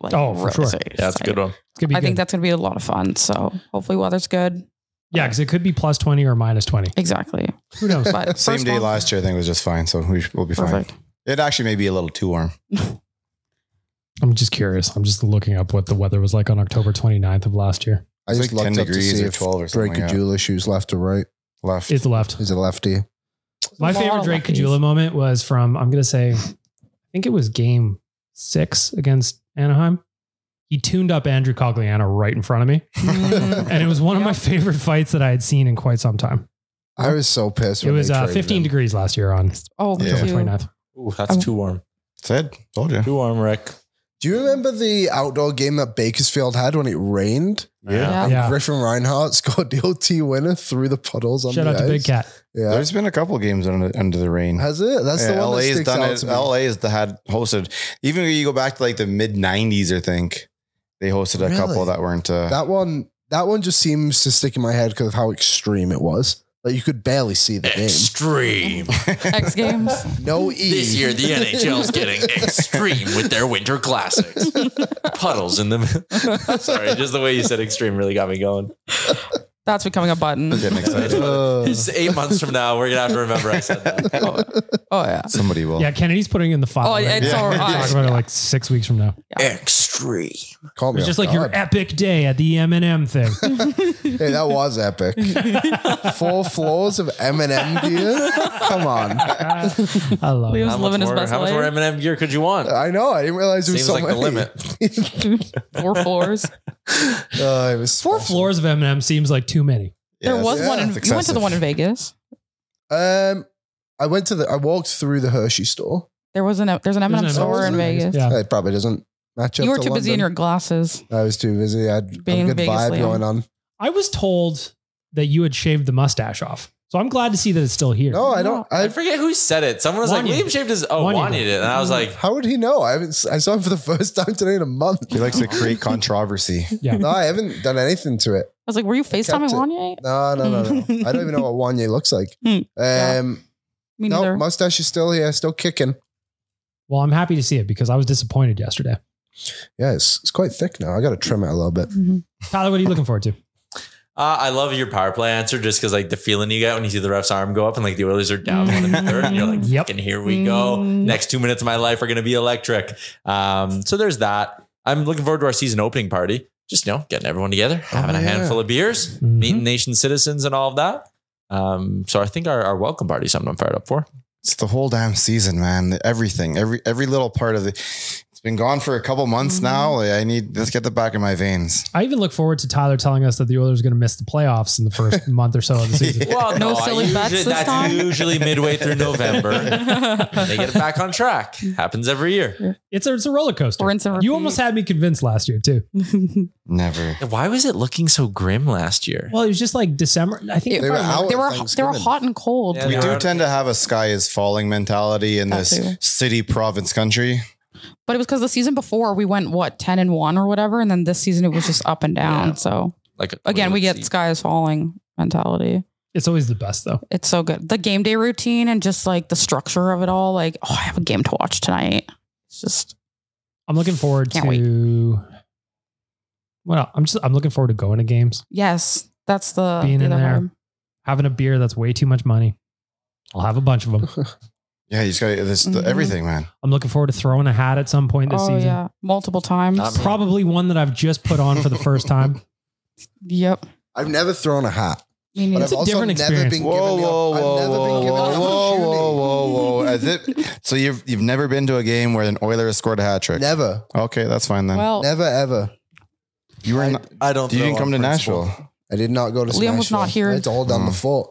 F: Like,
B: Oh, for
F: really
B: sure.
F: excited.
B: Yeah, it's a good one. It's gonna be
F: I think
B: good.
F: that's gonna be a lot of fun. So hopefully weather's good.
B: Yeah, because it could be plus 20 or minus 20.
F: Exactly.
B: Who knows?
F: But
D: Same
F: (laughs) first
D: day
F: one-
D: last year, I think was just fine. So we will be
F: Perfect.
D: fine. It actually may be a little too warm.
B: I'm just curious. I'm just looking up what the weather was like on October 29th of last year.
E: I just
D: like 10
E: looked up to
D: degrees
E: see
D: or
E: if
D: 12 or
E: Drake
D: something like that.
E: Kajula shoots left or right.
D: Left.
B: It's left.
E: Is it lefty?
B: My
F: Laura
B: favorite Drake
F: Lucky's.
B: Kajula moment was from, I'm going to say, I think it was game six against Anaheim. He tuned up Andrew Cogliano right in front of me.
C: Mm.
B: (laughs) and it was one of my favorite fights that I had seen in quite some time.
E: I was so pissed.
B: It
E: when they
B: was uh,
E: traded
B: 15
E: him.
B: degrees last year on
F: Oh,
B: October
F: cute.
B: 29th.
C: Ooh, that's too warm.
D: Said, told you.
C: Too warm, Rick.
E: Do you remember the outdoor game that Bakersfield had when it rained?
F: Yeah.
E: And
B: Yeah.
E: Griffin Reinhardt (laughs) scored the OT winner through the puddles on
B: Shout
E: the
B: out to
E: ice.
B: Big Cat.
E: Yeah.
D: There's been a couple games under, under the rain.
E: Has it? That's the
D: Yeah,
E: one that
D: LA's
E: sticks
D: done
E: out
D: it.
E: to me.
D: LA is the had hosted. Even if you go back to like the mid '90s, I think they hosted a couple
E: Really?
D: that weren't. Uh,
E: That one, that one just seems to stick in my head because of how extreme it was. Like you could barely see the game.
D: (laughs)
C: Extreme.
F: X Games.
E: No E.
C: This year, the NHL's
D: (laughs)
C: getting extreme with their winter classics. Puddles in the. (laughs) Sorry, just the way you said extreme really got me going.
F: That's becoming a button.
D: getting excited.
E: Uh,
C: It's eight months from now. We're gonna have to remember I said that.
F: Oh, oh, yeah.
D: Somebody will.
B: Yeah, Kennedy's putting in the file.
F: Oh,
B: right?
F: it's
B: We're
F: all
B: gonna
F: right.
B: Talk about it like six weeks from now.
C: Extreme.
E: Caught me
B: It's just
E: off
C: Oh,
B: like your
E: guard.
B: epic day at the M&M
C: (laughs)
B: thing.
E: Hey, that was epic. Four floors of M&M gear. Come on.
B: I love it.
F: Leo's
C: How much,
F: living his
C: more,
F: best
C: how much more
F: life.
C: M&M gear could you want?
E: I know. I didn't realize it was
C: Seems
E: so
C: like the
E: many.
C: limit.
F: (laughs) Four floors.
D: Oh,
E: Uh, it was
B: Four
E: special.
B: floors of M&M seems like too many.
D: Yeah,
F: (laughs) there was
D: that's-
F: one. In,
D: that's
F: you went to the
D: excessive.
F: one in Vegas.
E: Um, I went to the. I walked through the Hershey store.
F: There was an there's an M
B: There's
F: and M
B: an
F: store
E: M&M
F: in Vegas.
B: Yeah.
E: It probably doesn't match up.
F: You were
E: to
F: too busy in your
E: London.
F: glasses.
E: I was too busy. I had
F: Being
E: a good
F: Vegas
E: vibe
F: Leon.
E: going on.
B: I was told that you had shaved the mustache off. So I'm glad to see that it's still here.
E: No, I don't.
C: I
E: I.
C: forget who said it. Someone was
B: Wanya
C: like,
B: did.
C: Liam shaved his. Oh,
B: Wanya
C: Juan
B: did.
C: did it. And I was
F: Mm-hmm.
C: like,
E: How would he know? I haven't. s- I saw him for the (laughs) first time today in a month.
D: He likes to create controversy.
B: Yeah.
E: No, I haven't done anything to it.
F: I was like, were you FaceTiming
E: it.
F: Wanye?
E: No, no, no, no.
F: (laughs)
E: I don't even know what Wanye looks like.
F: Hmm.
E: Um,
F: Me
E: no,
F: neither.
E: mustache is still here, still kicking.
B: Well, I'm happy to see it because I was disappointed yesterday.
E: Yeah, it's, it's quite thick now. I got to trim it a little bit.
F: Mhm.
B: Tyler, what are you looking forward to?
C: uh, I love your power play answer just because, like, the feeling you get when you see the ref's arm go up and, like, the Oilers are down one in the
F: (laughs)
C: third. And you're like,
B: Yep.
C: "Fucking here we go.
F: Mm.
C: Next two minutes of my life are going to be electric. Um, so there's that. I'm looking forward to our season opening party. Just, you know, getting everyone together, having a
E: Oh, yeah.
C: handful of beers,
B: Mhm.
F: Mm-hmm.
C: meeting nation citizens and all of that. Um, so I think our, our welcome party is something I'm fired up for.
D: It's the whole damn season, man. Everything, every every little part of the. It's been gone for a couple months
F: Mm-hmm.
D: now. Like, I need. Let's get the back in my veins.
B: I even look forward to Tyler telling us that the Oilers are going to miss the playoffs in
E: (laughs)
B: the first month or so of the season.
C: Well,
F: No silly
C: usually-
F: bets this
C: That's
F: time?
C: usually midway through November. they get it back on track. Happens every year.
B: It's a, it's a roller coaster.
F: Rinse and
B: You
F: repeat.
B: almost had me convinced last
F: (laughs)
B: year, too.
D: Never.
C: Why was it looking so grim last year?
B: Well, it was just like December. I think
E: They were out
F: they
E: at
F: were they were
E: Thanksgiving.
F: hot and cold.
C: Yeah,
D: We
C: they
D: do
C: are.
D: tend to have a sky is falling mentality in
F: That
D: this
F: too.
D: city, province, country.
F: But it was because the season before we went what ten and one or whatever, and then this season it was just up and down.
C: Yeah.
F: So
C: like
F: again, we
C: toilet
F: get
C: seat.
F: sky is falling mentality.
B: it's always the best, though.
F: It's so good. The game day routine and just like the structure of it all. Like, oh, I have a game to watch tonight. It's just
B: I'm looking forward
F: Can't
B: to. Well, I'm just I'm looking forward to going to games,
F: yes, that's the
B: Being
F: uh, the
B: in
F: other
B: there.
F: harm.
B: having a beer that's way too much money. I'll have a bunch of
C: (laughs)
B: them.
D: Yeah, you just got this the-
F: Mhm.
D: everything, man.
B: I'm looking forward to throwing a hat at some point this
F: oh
B: season.
F: yeah, multiple times.
C: Not me.
B: Probably one that I've just put on for the
C: (laughs)
B: first time. (laughs)
F: Yep.
E: I've never thrown a hat,
F: Me neither.
E: but
B: It's
E: I've
B: a
E: also
B: different
E: never
B: experience.
E: been
D: Whoa,
E: given the
D: whoa,
E: op- I've
D: whoa,
E: never
D: whoa,
E: been given
D: whoa,
E: the
D: whoa, whoa,
E: opportunity.
D: whoa, whoa. As it- so you've you've never been to a game where an Oiler has scored a hat trick.
E: Never,
D: Okay, that's fine then.
F: well,
E: never, ever.
D: you were in,
C: I don't.
D: you
C: throw
D: didn't come
C: on
D: to
C: principle.
D: Nashville.
E: I did not go to.
F: Liam was
E: Smashville.
F: not here.
E: I had to hold down
D: Hmm.
E: the fort.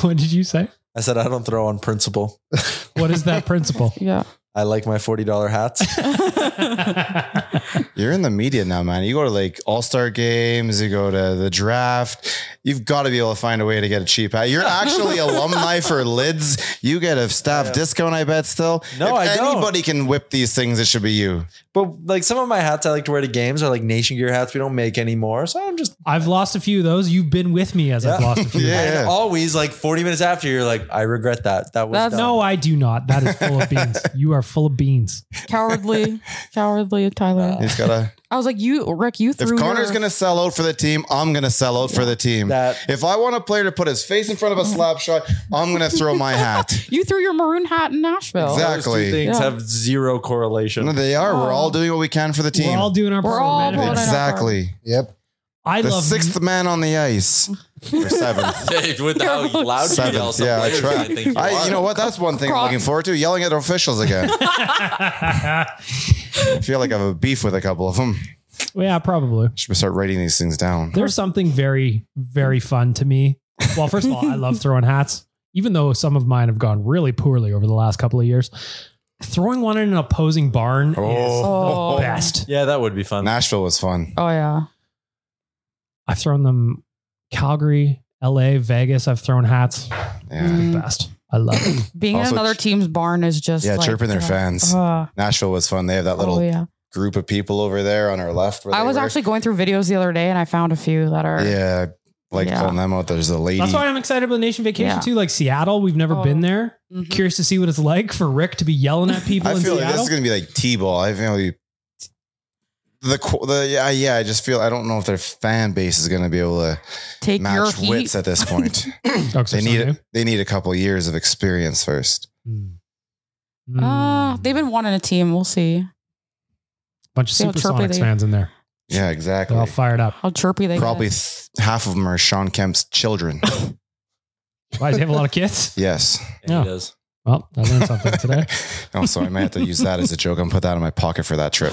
B: what did you say?
C: I said I don't throw on principle.
B: What is that principle?
F: (laughs) yeah.
C: I like my forty dollar hats.
B: I
D: You're in the media now, man. You go to like all star games, you go to the draft. You've got to be able to find a way to get a cheap hat. You're
F: (laughs)
D: actually alumni for lids. You get a staff discount, I bet. Still,
G: No, I
D: if
G: don't.
D: anybody can whip these things, it should be you.
G: (laughs) But like some of my hats I like to wear to games are like Nation Gear hats we don't make anymore. So I'm just
B: I've lost a few of those. You've been with me as I've lost
C: (laughs)
B: a few.
G: (laughs) And always like 40 minutes after you're like, I regret that. That was dumb.
B: no, I do not. That is full of
C: (laughs)
B: beans. You are full
F: (laughs)
B: of beans. (laughs)
F: Cowardly, cowardly Tyler.
D: He's got to.
F: I was like, you, Rick, you
D: If
F: threw.
D: Connor's
F: your-
D: going to sell out for the team, I'm going to sell out for the team. if I want a player to put his face in front of a slap shot, I'm going to throw my hat.
F: (laughs) you threw your maroon hat in Nashville.
D: Exactly.
F: Yeah.
G: zero correlation.
D: No, they are. We're
F: Oh.
D: all doing what we can for the team.
B: We're all doing our
F: We're
B: part.
F: all
B: man.
F: pulling our part.
D: exactly.
E: Yep.
B: I
D: the
B: love
D: sixth man on the ice. Or
C: (laughs)
D: seventh.
C: With how loud you yell
D: seventh.
C: some
D: Yeah, I
C: players,
D: try.
C: I think you
D: I,
C: are.
D: you know what? That's one thing I'm looking forward to. Yelling at officials
F: (laughs)
D: again. I feel like I have a beef with a couple of them.
B: Well, yeah, probably.
D: Should we start writing these things down?
B: There's something very, very fun to me. Well, first of all,
F: (laughs)
B: I love throwing hats, even though some of mine have gone really poorly over the last couple of years. Throwing one in an opposing barn
D: Oh.
B: is the best.
G: Yeah, that would be fun.
D: Nashville was fun.
F: Oh yeah.
B: I've thrown them Calgary, LA, Vegas. I've thrown hats.
D: Yeah.
B: The best. I love it.
F: Mm-hmm. (coughs) Being
D: Also
F: in another
D: ch-
F: team's barn is just
D: Yeah,
F: like,
D: chirping their
F: uh,
D: fans.
F: uh,
D: Nashville was fun. They have that little
F: oh yeah.
D: group of people over there on our left. where
F: I
D: they
F: was
D: were.
F: actually going through videos the other day and I found a few that are.
D: Yeah, like
F: Yeah.
D: pulling them out. There's a lady.
B: That's why Oh, I'm excited about Nation Vacation
F: Yeah.
B: too. Like Seattle, we've never
F: Oh.
B: been there.
F: Mhm.
B: Curious to see what it's like for Rick to be yelling at people
D: I
B: in
D: feel like
B: Seattle.
D: this is gonna be like T-ball. I feel you. The qu- the yeah yeah. I just feel I don't know if their fan base is gonna be able to
F: Take your
D: match
F: heat.
D: wits at this
F: (coughs)
D: point.
B: Dogs are
D: they
B: so
D: need
B: new.
D: they need a couple years of experience first.
B: Mm.
F: Uh,
B: Mm.
F: they've been wanting a team. We'll see
B: bunch of
F: See how chirpy
B: Supersonics
F: they-
B: fans in there.
D: Yeah,
B: They're
D: exactly.
B: all fired up.
F: how chirpy they
D: Probably
F: Get.
D: th- half of them are Sean Kemp's
B: (laughs)
D: children.
B: Why do they have a lot of kids?
D: yes.
C: Yeah,
B: Yeah.
C: he does.
B: Well, I learned something today.
D: (laughs) Oh, sorry. I might have to use
B: (laughs)
D: that as a joke. I'm put that in my pocket for that trip.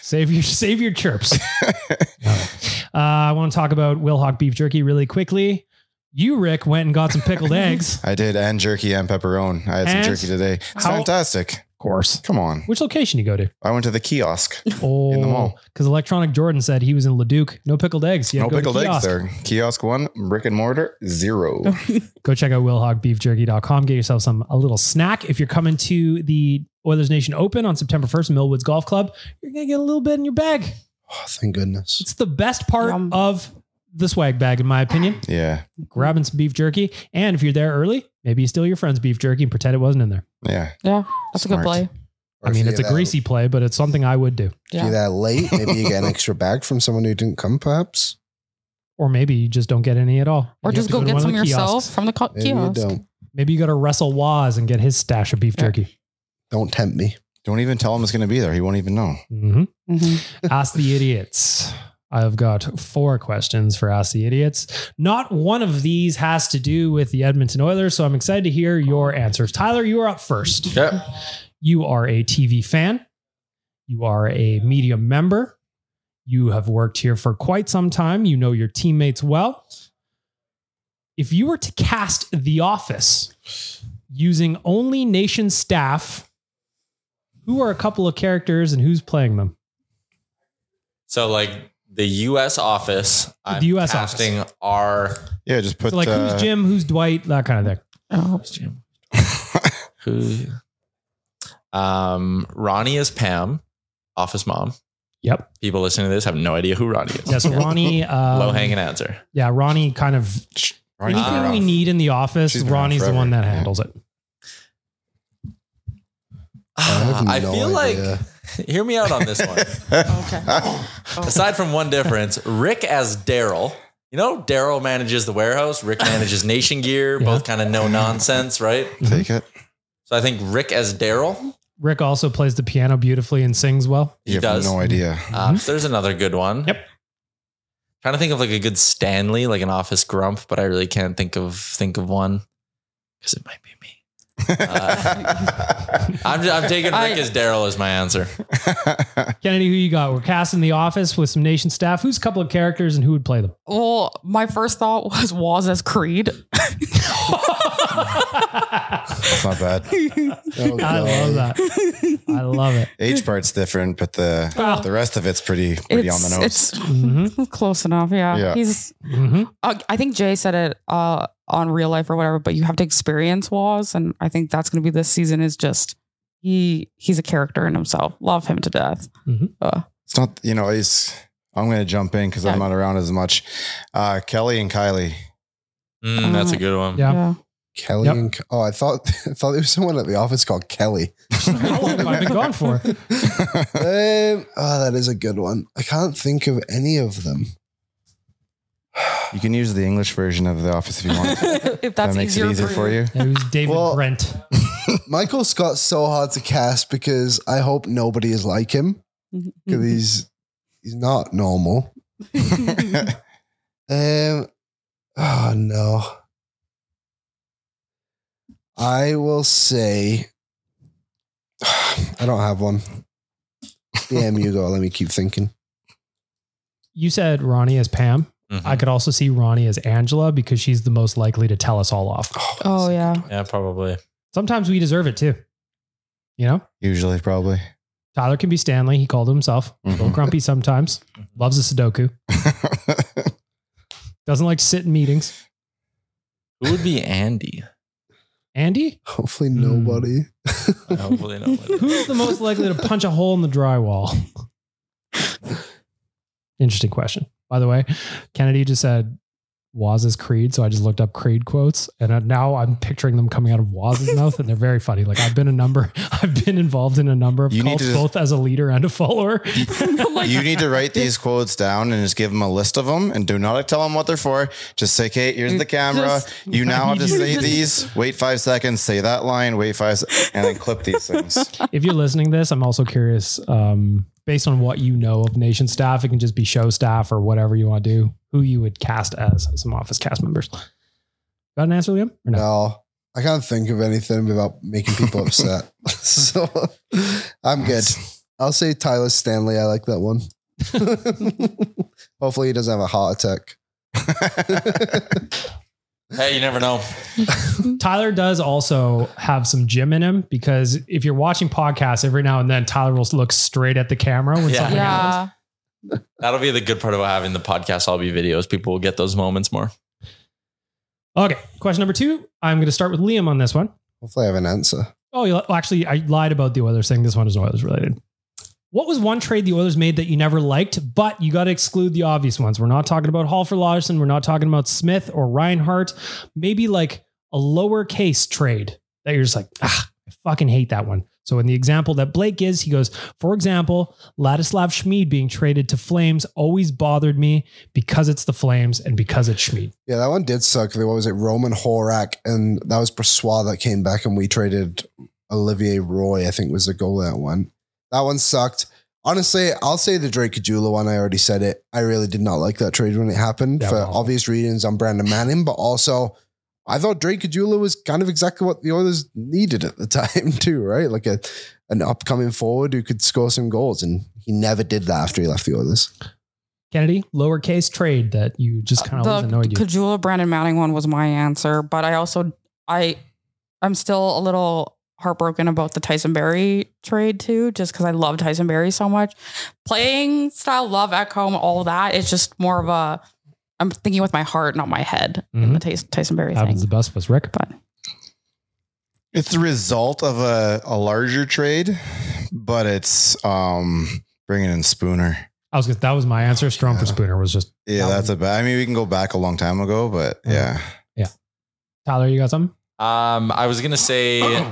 B: save your save
D: (laughs)
B: your chirps. All right. uh, I want to talk about Wilhock beef jerky really quickly. You, Rick, went and got
D: (laughs)
B: some pickled eggs.
D: I did and jerky and pepperoni. I had
B: And-
D: some jerky today. It's
B: How-
D: fantastic.
B: Of course.
D: Come on.
B: Which location you go to?
D: I went to the
B: (laughs)
D: kiosk.
B: Oh,
D: mall.
B: Because Electronic Jordan said he was in Leduc. No pickled eggs. You had
D: no
B: to go to
D: pickled eggs
B: kiosk.
D: there. Kiosk one, brick and mortar zero.
F: (laughs)
B: go check out willhogbeefjerky.com. Get yourself some a little snack. If you're coming to the Oilers Nation Open on September 1st, Millwoods Golf Club, you're going to get a little bit in your bag.
E: Oh, thank goodness.
B: It's the best part
F: Yum.
B: of the swag bag, in my opinion.
F: (sighs)
D: yeah.
B: Grabbing some beef jerky. And if you're there early, maybe you steal your friend's beef jerky and pretend it wasn't in there.
D: Yeah.
F: Yeah, that's a
D: Smart.
F: good play.
E: Or
B: I
E: if
B: mean,
E: you
B: it's a
E: get out-
B: greasy play, but it's something I would do.
E: If you're
F: Yeah.
E: that late, maybe you
F: (laughs)
E: get an extra bag from someone who didn't come, perhaps.
B: Or maybe you just don't get any at all.
F: Or
B: You have
F: just
B: to
F: go,
B: to
F: get
B: one of
F: some
B: the
F: yourself
B: kiosks.
F: from the co-
E: Maybe
F: kiosk.
E: you don't.
B: Maybe you go to Russell Waz and get his stash of beef
F: Yeah.
B: jerky.
E: Don't tempt me.
D: Don't even tell him it's going to be there. He won't even know.
B: hmm
F: Mhm.
B: (laughs) Ask the Idiots. I've got four questions for Ask the Idiots. Not one of these has to do with the Edmonton Oilers, so I'm excited to hear your answers. Tyler, you are up first.
C: Yep.
B: You are a TV fan, you are a media member, you have worked here for quite some time, you know your teammates well. If you were to cast The Office using only nation staff, who are a couple of characters and who's playing them?
C: So like the U.S. office, I'm
B: The US office.
C: casting our
D: Yeah. Just put
B: so like
D: uh,
B: who's Jim, who's Dwight, that kind of thing.
F: Oh,
C: who, um, Ronnie is Pam, office mom.
B: Yep.
C: People listening to this have no idea who Ronnie is.
B: Yeah.
C: (laughs)
B: So Ronnie, um,
C: Low hanging answer.
B: Yeah, Ronnie kind of
D: Ronnie's been
B: anything
D: around.
B: we need in the office.
D: She's been around
B: Ronnie's the one that
D: forever.
B: handles it.
E: have
C: Ah, I,
E: no
C: feel
E: idea.
C: like. (laughs) Hear me out on this one.
D: (laughs)
C: Aside from one difference, Rick as Daryl. You know, Daryl manages the warehouse. Rick manages Nation Gear.
B: Yeah.
C: Both kind of no nonsense, right?
D: Take it.
C: So I think Rick as Daryl.
B: Rick also plays the piano beautifully and sings well.
C: He
D: you have
C: does.
D: no idea. (laughs) Mm-hmm.
C: Uh, There's another good one.
B: Yep.
C: Trying to think of like a good Stanley, like an office grump, but I really can't think of think of one because it might be me. Uh, (laughs) I'm, I'm taking
B: I-
C: Rick as Daryl as my answer.
B: (laughs) Kennedy, who you got? We're casting The Office with some nation staff. Who's a couple of characters and who would play them?
F: Well, my first thought was Waz as Creed.
D: That's not bad. Oh,
B: (laughs) I love that. I love it. Oh.
D: Age part's different, but the
F: Well,
D: the rest of it's pretty pretty on the nose.
F: It's (laughs)
B: Mm-hmm.
F: close enough. Yeah.
D: Yeah.
F: He's.
B: Mhm.
F: Uh, I think Jay said it uh, on real life or whatever, but you have to experience Waz, and I think that's going to be this season. Is just he he's a character in himself. Love him to death.
B: Mm-hmm.
F: Uh,
D: It's not, you know, it's, I'm going to jump in because I'm not around as much. Uh, Kelly and Kylie.
C: Mm,
B: Uh,
C: that's a good one.
F: yeah.
E: Kelly and Ke- oh, I thought (laughs) I thought there was someone at the office called
B: (laughs)
E: Kelly.
B: I've been gone
E: (laughs)
B: for.
E: um, oh, that is a good one. I can't think of any of them.
D: You can use the English version of The Office if you want.
F: (laughs) if that's
D: that makes it easier for you.
B: It was David Brent.
E: (laughs) Michael Scott's so hard to cast because I hope nobody is like him
B: Mm-hmm.
E: because he's he's not
B: (laughs)
E: normal. (laughs) um, oh no, I will say (sighs) I don't have one. Damn you, go. Let me keep thinking.
B: You said Ronnie as Pam.
C: Mm-hmm.
B: I could also see Ronnie as Angela because she's the most likely to tell us all off.
F: Oh yeah.
C: Yeah, probably.
B: Sometimes we deserve it too. You know,
D: Usually, probably.
F: (laughs)
B: Tyler can be Stanley. He called himself a little
C: Mm-hmm.
D: Mhm.
B: grumpy sometimes. Loves a
C: (laughs)
B: Sudoku. Doesn't like to sit in meetings.
C: Who would be Andy?
B: Andy,
E: Hopefully
B: Hmm.
E: nobody.
C: Hopefully not.
B: who's the most likely to punch a hole in the drywall? Interesting question. By the way, Kennedy just said Waz's Creed, so I just looked up Creed quotes, and I- now I'm picturing them coming out of Waz's mouth, and they're very funny. Like I've been a number, (laughs) I've been involved in a number of
D: You need
B: cults,
D: to just-
B: both as a leader and
D: (laughs)
B: a follower.
F: Oh
D: you need to write these quotes down and just give them a list of them and do not tell them what they're for. Just say, Kate, here's the camera.
F: Just-
D: you
F: (laughs)
D: now have to
F: You
D: say
F: just-
D: these. Wait five seconds, say that line, wait five, se- and then clip these things.
B: if you're listening to this, I'm also curious, um, based on what you know of nation staff, it can just be show staff or whatever you want to do, who you would cast as some office cast members. Got an answer, Liam? Or
E: No.
B: no?
E: I can't think of anything without making people
B: (laughs)
E: upset. (laughs) so I'm good. I'll say Tyler Stanley. I like that one. (laughs)
B: (laughs)
E: Hopefully he doesn't have a heart attack.
C: Hey, you never know.
B: Tyler does also have some gym in him because if you're watching podcasts every now and then, Tyler will look straight at the camera when
C: Yeah.
B: something happens.
F: Yeah.
C: That'll be the good part about having the podcast all be videos. People will get those moments more.
B: Okay, question number two. I'm going to start with Liam on this one.
E: Hopefully I have an answer.
B: Oh, you, well, actually, I lied about the Oilers thing. This one is Oilers related. What was one trade the Oilers made that you never liked, but you got to exclude the obvious ones? We're not talking about Hall for Larson. We're not talking about Smith or Reinhardt. Maybe like a lowercase trade that you're just like, ah, I fucking hate that one. So in the example that Blake gives, he goes, for example, Ladislav Schmid being traded to Flames always bothered me because it's the Flames and because it's Schmid.
E: Yeah, that one did suck. What was it? Roman Horak and that was Brassois that came back and we traded Olivier Roy, I think was the goal that one. That one sucked. Honestly, I'll say the Drake Kajula one. I already said it. I really did not like that trade when it happened
B: Yeah,
E: for
B: well.
E: obvious reasons on Brandon Manning, but also I thought Drake Kajula was kind of exactly what the Oilers needed at the (laughs) time, too, right? Like a an upcoming forward who could score some goals, and he never did that after he left the Oilers.
B: Kennedy, lowercase trade that you just kind of always
F: the
B: annoyed you.
F: Kajula Brandon Manning one was my answer, but I also I I'm still a little heartbroken about the Tyson Berry trade too, just because I love Tyson Berry so much. Playing style, love Ekholm, all that. It's just more of a I'm thinking with my heart, not my head.
B: Mm-hmm.
F: In the Tyson, Tyson Berry
B: Happens
F: thing.
B: the best of us, Rick.
F: But
D: It's the result of a, a larger trade, but it's um bringing in Spooner.
B: I was gonna, that was my answer. Strom for Spooner was just
D: Yeah, that's a bad. I mean, we can go back a long time ago, but yeah.
B: Tyler. You got something?
C: Um, I was gonna say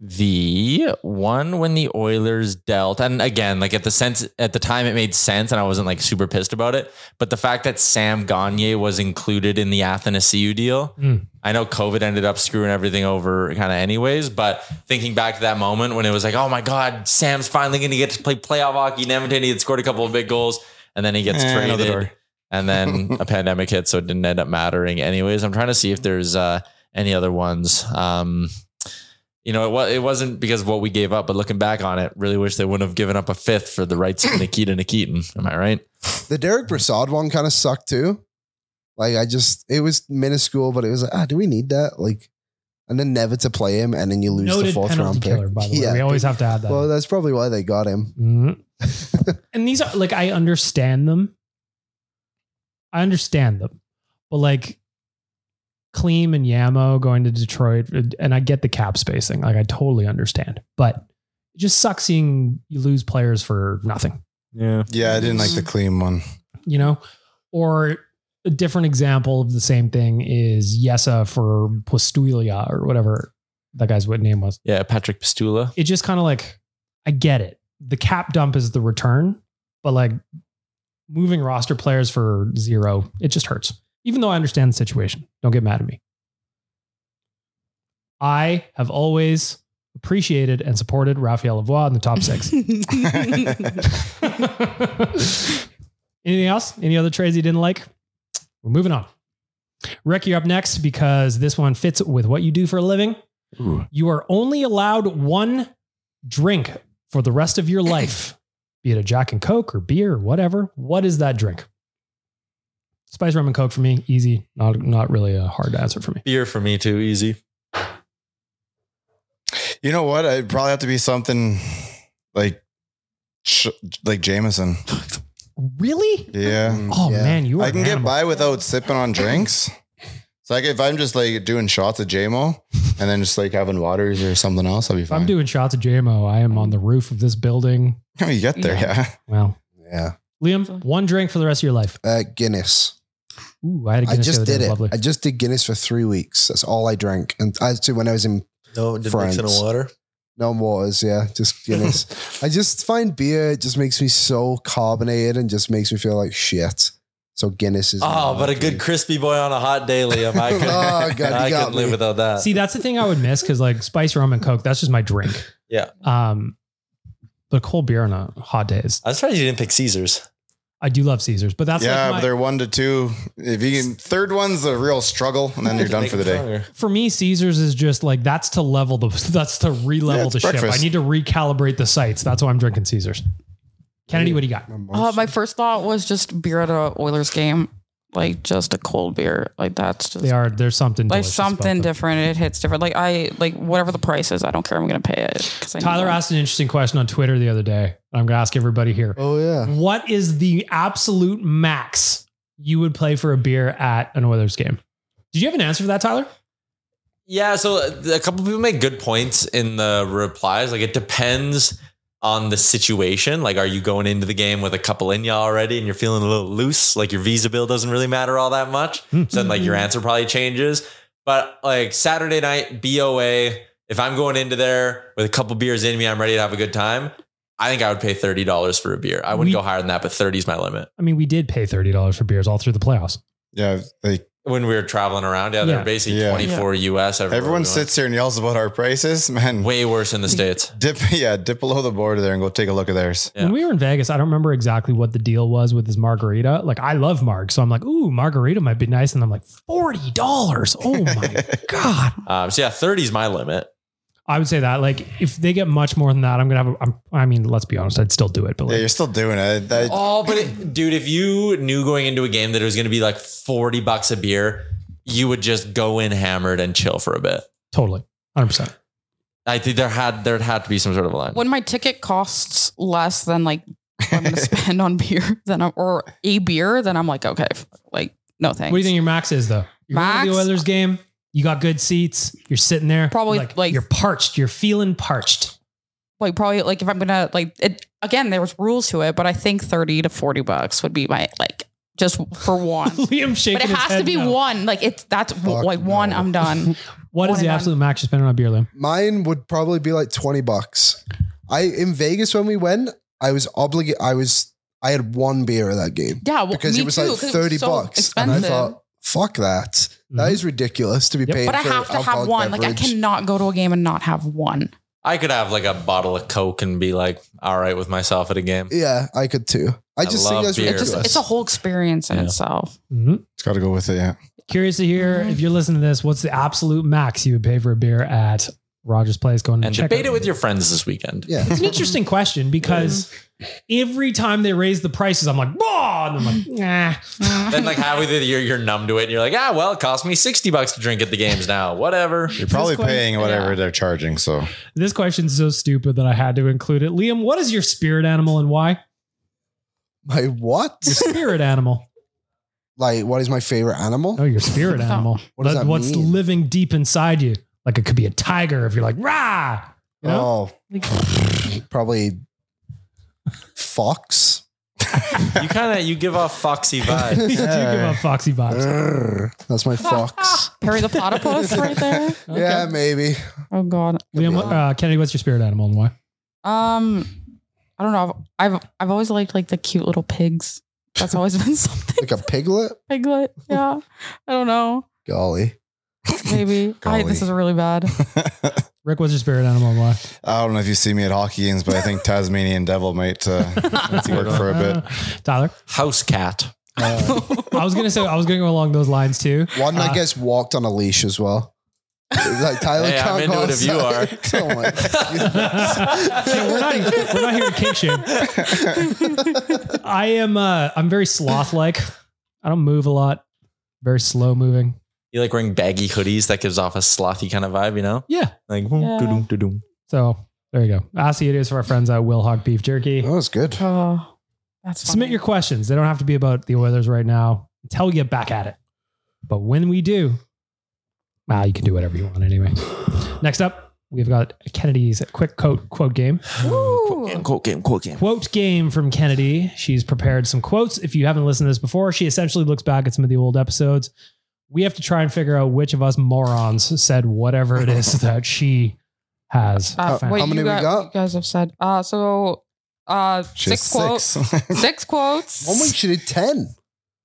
C: the one when the Oilers dealt, and again, like at the sense at the time, it made sense, and I wasn't like super pissed about it. But the fact that Sam Gagne was included in the Athanasiu deal,
B: Mm.
C: I know COVID ended up screwing everything over, kind of anyways. But thinking back to that moment when it was like, oh my god, Sam's finally gonna get to play playoff hockey in Edmonton. He had scored a couple of big goals, and then he gets
D: Eh, another
C: traded.
D: door.
C: And
D: (laughs)
C: then a pandemic hit, so it didn't end up mattering. Anyways, I'm trying to see if there's uh, any other ones. Um, You know, it, wa- it wasn't because of what we gave up, but looking back on it, really wish they wouldn't have given up a fifth for the rights of Nikita Nikitin. Am I right?
E: The Derek Brassard one kind of sucked too. Like I just, it was minuscule, but it was like, ah, do we need that? Like, and then never to play him, and then you lose the
B: Noted
E: fourth
B: penalty
E: round pick.
B: killer, by the way. We always have to add that. Mm-hmm.
E: Well, that's probably why they got him.
B: and these are like I understand them. I understand them. But like Kleem and Yamo going to Detroit and I get the cap spacing. Like I totally understand. But it just sucks seeing you lose players for nothing,
D: Yeah. Mm-hmm. Yeah, I didn't like the clean one.
B: you know? Or a different example of the same thing is Yessa for Postulia or whatever that guy's what name was.
C: Yeah, Patrick Pistula.
B: It just kind of like I get it. The cap dump is the return, but like moving roster players for zero, it just hurts. Even though I understand the situation, don't get mad at me. I have always appreciated and supported Raphael Lavoie in the top six. (laughs) Anything else? Any other trades you didn't like? We're moving on. Rick, you're up next because this one fits with what you do for a living. You are only allowed one drink for the
D: (coughs)
B: rest of your life, be it a Jack and Coke or beer or whatever. What is that drink? Spice rum and Coke for me, easy. Not not really a hard answer for me.
C: Beer for me too, easy.
D: You know what? It'd probably have to be something like ch- like Jameson.
B: Really?
D: Yeah.
B: Oh, Yeah. man, you are
D: I can
B: an
D: get
B: animal.
D: by without sipping on drinks. It's like if I'm just like doing shots of JMO and then just like having waters or something else, I'll be
B: If
D: fine.
B: I'm doing shots of JMO, I am on the roof of this building.
D: How (laughs) you get there? Yeah.
B: Well.
E: Yeah.
B: Liam, one drink for the rest of your life.
E: Uh, Guinness.
B: Ooh, I had a
E: I
B: Guinness the
E: just
B: other
E: did
B: day.
E: it.
B: Lovely.
E: I just did Guinness for three weeks. That's all I drank, and I too when I was in
I: No, did
E: France.
I: mix in a water.
E: No waters, yeah,
I: (laughs)
E: just Guinness. I just find beer it just makes me so carbonated and just makes me feel like shit. So Guinness is
I: Ah.
C: Oh, but a good crispy boy on a hot day,
E: (laughs)
C: Liam. I could,
E: Oh, God, you
C: I
E: got
C: could live
E: me.
C: without that.
B: See, that's the thing I would miss because like spice rum and Coke, that's just my drink.
C: yeah.
B: Um, but cold beer on a hot day is.
C: I was surprised you didn't pick Caesars.
B: I do love Caesars, but that's
D: yeah,
B: like
D: but
B: my-
D: they're one to two. If you can, third one's a real struggle,
C: (laughs)
D: and then you're done for the day.
B: for me, Caesars is just like that's to level the (laughs) that's to
D: Yeah,
B: re-level
D: it's
B: the ship. I
D: breakfast.
B: need to recalibrate the sights. That's why I'm drinking Caesars. Kennedy, what do you got?
F: Uh, my first thought was just beer at a Oilers game, like just a cold beer. Like that's just
B: They are there's something
F: like
B: delicious
F: something
B: about them.
F: different. It hits different. Like I like whatever the price is, I don't care. I'm gonna pay it. 'cause I need
B: Tyler
F: one.
B: asked an interesting question on Twitter the other day. and I'm going to ask everybody here.
E: Oh yeah.
B: What is the absolute max you would play for a beer at an Oilers game? Did you have an answer for that, Tyler?
C: Yeah, so a couple people make good points in the replies. Like it depends on the situation. Like, are you going into the game with a couple in you already and you're feeling a little loose? Like your visa bill doesn't really matter all that much. so then like your answer probably changes. But like Saturday night, BOA, if I'm going into there with a couple beers in me, I'm ready to have a good time. I think I would pay $30 for a beer. I wouldn't
B: We-
C: go higher than that, but 30 is my limit.
B: I mean, we did pay thirty dollars for beers all through the playoffs.
D: Yeah, like
C: When we were traveling around, yeah, they're
B: Yeah.
C: basically
D: Yeah.
C: 24 US. everywhere we
D: Everyone
C: went.
D: sits here and yells about our prices, man.
C: Way worse in the states.
D: Dip, (laughs) yeah, dip below the border there and go take a look at theirs.
B: When we were in Vegas, I don't remember exactly what the deal was with this margarita. Like, I love Marg, so I'm like, ooh, margarita might be nice, and I'm like, forty dollars.
C: (laughs)
B: Oh my god!
C: Um, so yeah, 30 is my limit.
B: I would say that like if they get much more than that, I'm gonna have. A, I'm, I mean, let's be honest, I'd still do it, but
D: Yeah,
B: like,
D: you're still doing it. I-
C: Oh, but it, dude, if you knew going into a game that it was going to be like 40 bucks a beer, you would just go in hammered and chill for a bit.
B: totally, hundred percent.
C: I think there had there had to be some sort of a line.
F: when my ticket costs less than like I'm
B: (laughs)
F: gonna spend on beer, then I'm, or a beer, then I'm like okay, f- like no thanks.
B: What do you think your max is though? You're going to the
F: Max?
B: Oilers game. You got good seats. You're sitting there.
F: Probably, like-
B: you're parched. You're feeling parched.
F: like probably like if I'm gonna like it again, there was rules to it, but I think thirty to forty bucks would be my like just for one.
B: (laughs) Liam shaking
F: but it
B: his
F: has to
B: head
F: be
B: no.
F: one. Like it's that's like one. I'm done.
B: (laughs) What is
F: One
B: the
F: and
B: absolute max you spend on a beer, Liam?
E: Mine would probably be like 20 bucks. I in Vegas when we went, I was obligated I was I had one beer at that game.
F: Yeah, well,
E: because
F: me
E: it was
F: too,
E: like
F: 'cause it was
E: 30
F: so
E: bucks. And I
F: expensive.
E: thought, fuck that.
B: Mm-hmm.
E: That is ridiculous to be paying
F: But I
E: for
F: have to have
E: alcoholic
F: one. Like I
E: beverage.
F: cannot go to a game and not have one.
C: I could have like a bottle of Coke and be like, all right with myself at a game.
E: Yeah, I could too. I
C: I
E: just
C: love
E: think that's
C: beer.
E: ridiculous.
F: Just it's a whole experience in
C: Yeah.
F: itself.
D: It's got to go with it, yeah.
F: Mm-hmm.
B: Curious to hear if you're listening to this, what's the absolute max you would pay for a beer at Rogers plays going
C: and
B: to check
C: debate
B: out-
C: it with your friends this weekend.
E: Yeah.
B: It's an interesting question because every time they raise the prices, I'm like, "Bah!" and I'm like, nah.
C: then like halfway through the year, you're numb to it, and you're like, ah, well, it cost me sixty bucks to drink at the games now. Whatever.
D: (laughs) You're probably
B: quite-
D: paying whatever they're charging. So
B: This question's so stupid that I had to include it. Liam, what is your spirit animal and why?
E: My what?
B: Your spirit animal.
E: Like, what is my favorite animal?
B: No, Oh, your (laughs) spirit animal.
E: (laughs) What does that
B: what's
E: mean?
B: living deep inside you? Like it could be a tiger if you're like, rah. You know?
E: Oh, probably fox.
C: you kind of you give off
D: (laughs)
C: foxy
B: (laughs) you do
C: vibes.
B: give up foxy vibes.
E: Grr. That's my
B: Ah!
E: fox.
F: Perry
E: (laughs)
F: the platypus right there.
E: Yeah, maybe.
F: Oh God.
B: Liam, what, uh, Kennedy, what's your spirit animal and why?
F: Um, I don't know. I've I've, I've always liked like the cute little pigs. That's always been (laughs) something.
E: (laughs) Like a piglet?
F: Piglet. Yeah. I don't know.
E: Golly.
F: Maybe. I, this is really bad.
B: Rick, what's your spirit
E: (laughs)
B: animal and why?
D: I don't know if you see me at hockey games, but I think Tasmanian Devil might
E: (laughs)
D: uh, work for a bit.
B: Tyler?
C: House cat.
B: I was going to say, I was going to go along those lines too.
E: One that
B: Uh,
E: gets walked on a leash as well. Like Tyler
C: Hey, I'm
E: can't go
C: into it if you
E: outside. (laughs) oh
B: (laughs)
E: my
B: Yeah, we're not we're not here to kink shame. I am uh I'm very sloth like. I don't move a lot. Very slow moving.
C: You like wearing baggy hoodies that gives off a slothy kind of vibe, you know?
B: Yeah.
C: Like yeah. doo doo
B: So there you go. Assy it is for our friends at Will Hog Beef Jerky.
E: That was good.
F: Oh, that's funny.
B: Submit your questions. They don't have to be about the Oilers right now until we get back at it. But when we do, well, you can do whatever you want anyway. Next up, we've got Kennedy's quick quote quote game.
C: Game, quote game, quote game.
B: quote game from Kennedy. She's prepared some quotes. If you haven't listened to this before, she essentially looks back at some of the old episodes. We have to try and figure out which of us morons said whatever it is (laughs) that she has.
F: Uh,
B: found.
F: wait,
E: How many
F: you
E: we
F: got-
E: got?
F: You guys have said. Uh, so uh, six, quotes. six quotes.
E: One week she did 10.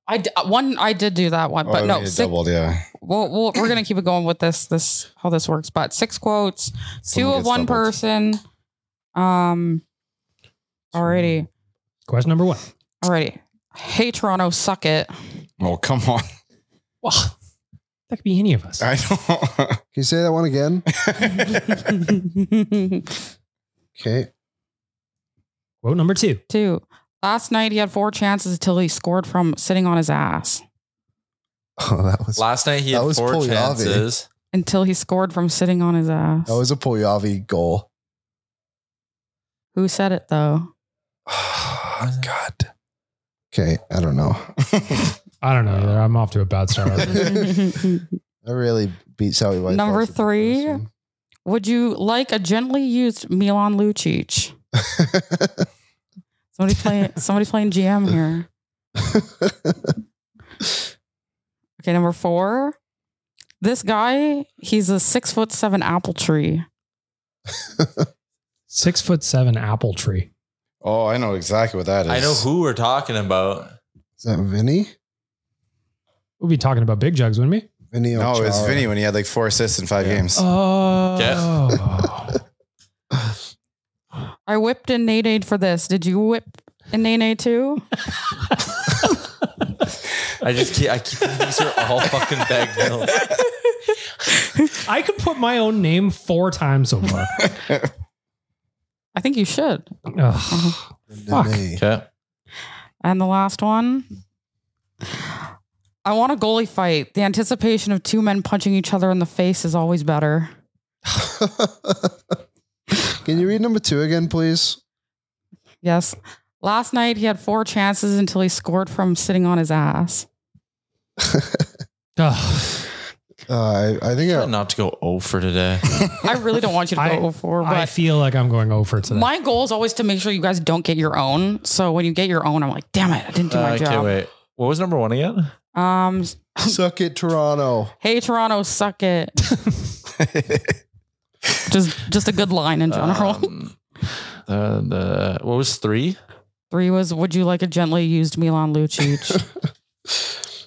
F: I d- uh, one I did do that one,
D: Oh,
F: but
D: we
F: no.
D: need
F: Six,
D: doubled, yeah.
F: well, well, we're gonna keep it going with this. This how this works. But six quotes,
D: Someone
F: two of
D: gets
F: one
D: doubled.
F: person. Um. Alrighty,
B: Question number one.
F: alrighty. Hey Toronto, suck it.
D: (laughs) Oh, come on.
B: Well, that could be any of us.
D: I don't. (laughs)
E: Can you say that one again?
F: (laughs)
E: Okay.
B: Quote number two.
F: two. Last night he had four chances until he scored from sitting on his ass.
E: Oh, that was
C: Last night he
E: That
C: had
E: was
C: four
E: Pugliavi.
C: chances.
F: Until he scored from sitting on his ass.
E: that was a Poyavi goal.
F: Who said it though?
E: God. Okay, I don't know.
B: I don't know either. I'm off to a bad start.
E: That really beats out White.
F: Number three. Would you like a gently used Milan Lucic? Somebody playing somebody playing GM here. Okay, number four. This guy, he's a six foot seven apple tree.
B: Six foot seven apple tree.
D: Oh, I know exactly what that is.
C: I know who we're talking about.
E: Is that Vinny?
B: We'll be talking about big jugs, wouldn't we?
E: Vinny
D: No, it's
E: Ochara.
D: Vinny when he had like four assists in five games.
B: Oh.
F: I whipped in Nate Aid for this. Did you whip in Nate Aid too?
C: I just keep, I keep these are all fucking
B: (laughs)
C: bag mills.
B: (laughs) I could put my own name four times
E: (laughs)
B: so far.
F: I think you should.
B: Ugh. Fuck.
E: Vinny.
C: Okay.
F: And the last one. I want a goalie fight. The anticipation of two men punching each other in the face is always better.
E: Can you read number two again, please?
F: Yes. Last night he had four chances until he scored from sitting on his ass.
B: Ugh.
E: Uh, I, I think
C: Try
E: I,
C: not to go over today.
F: I really don't want you to
B: I-
F: go for
B: I
F: but
B: feel like I'm going over today.
F: my goal is always to make sure you guys don't get your own. So when you get your own, I'm like, damn it, I didn't do
C: Uh,
F: my
C: okay,
F: job.
C: wait. What was number one again?
F: Um
E: suck it, Toronto.
F: hey Toronto, suck it. just just a good line in general.
C: Um, uh, the what was three?
F: (laughs) Three was would you like a gently used Milan Lucic?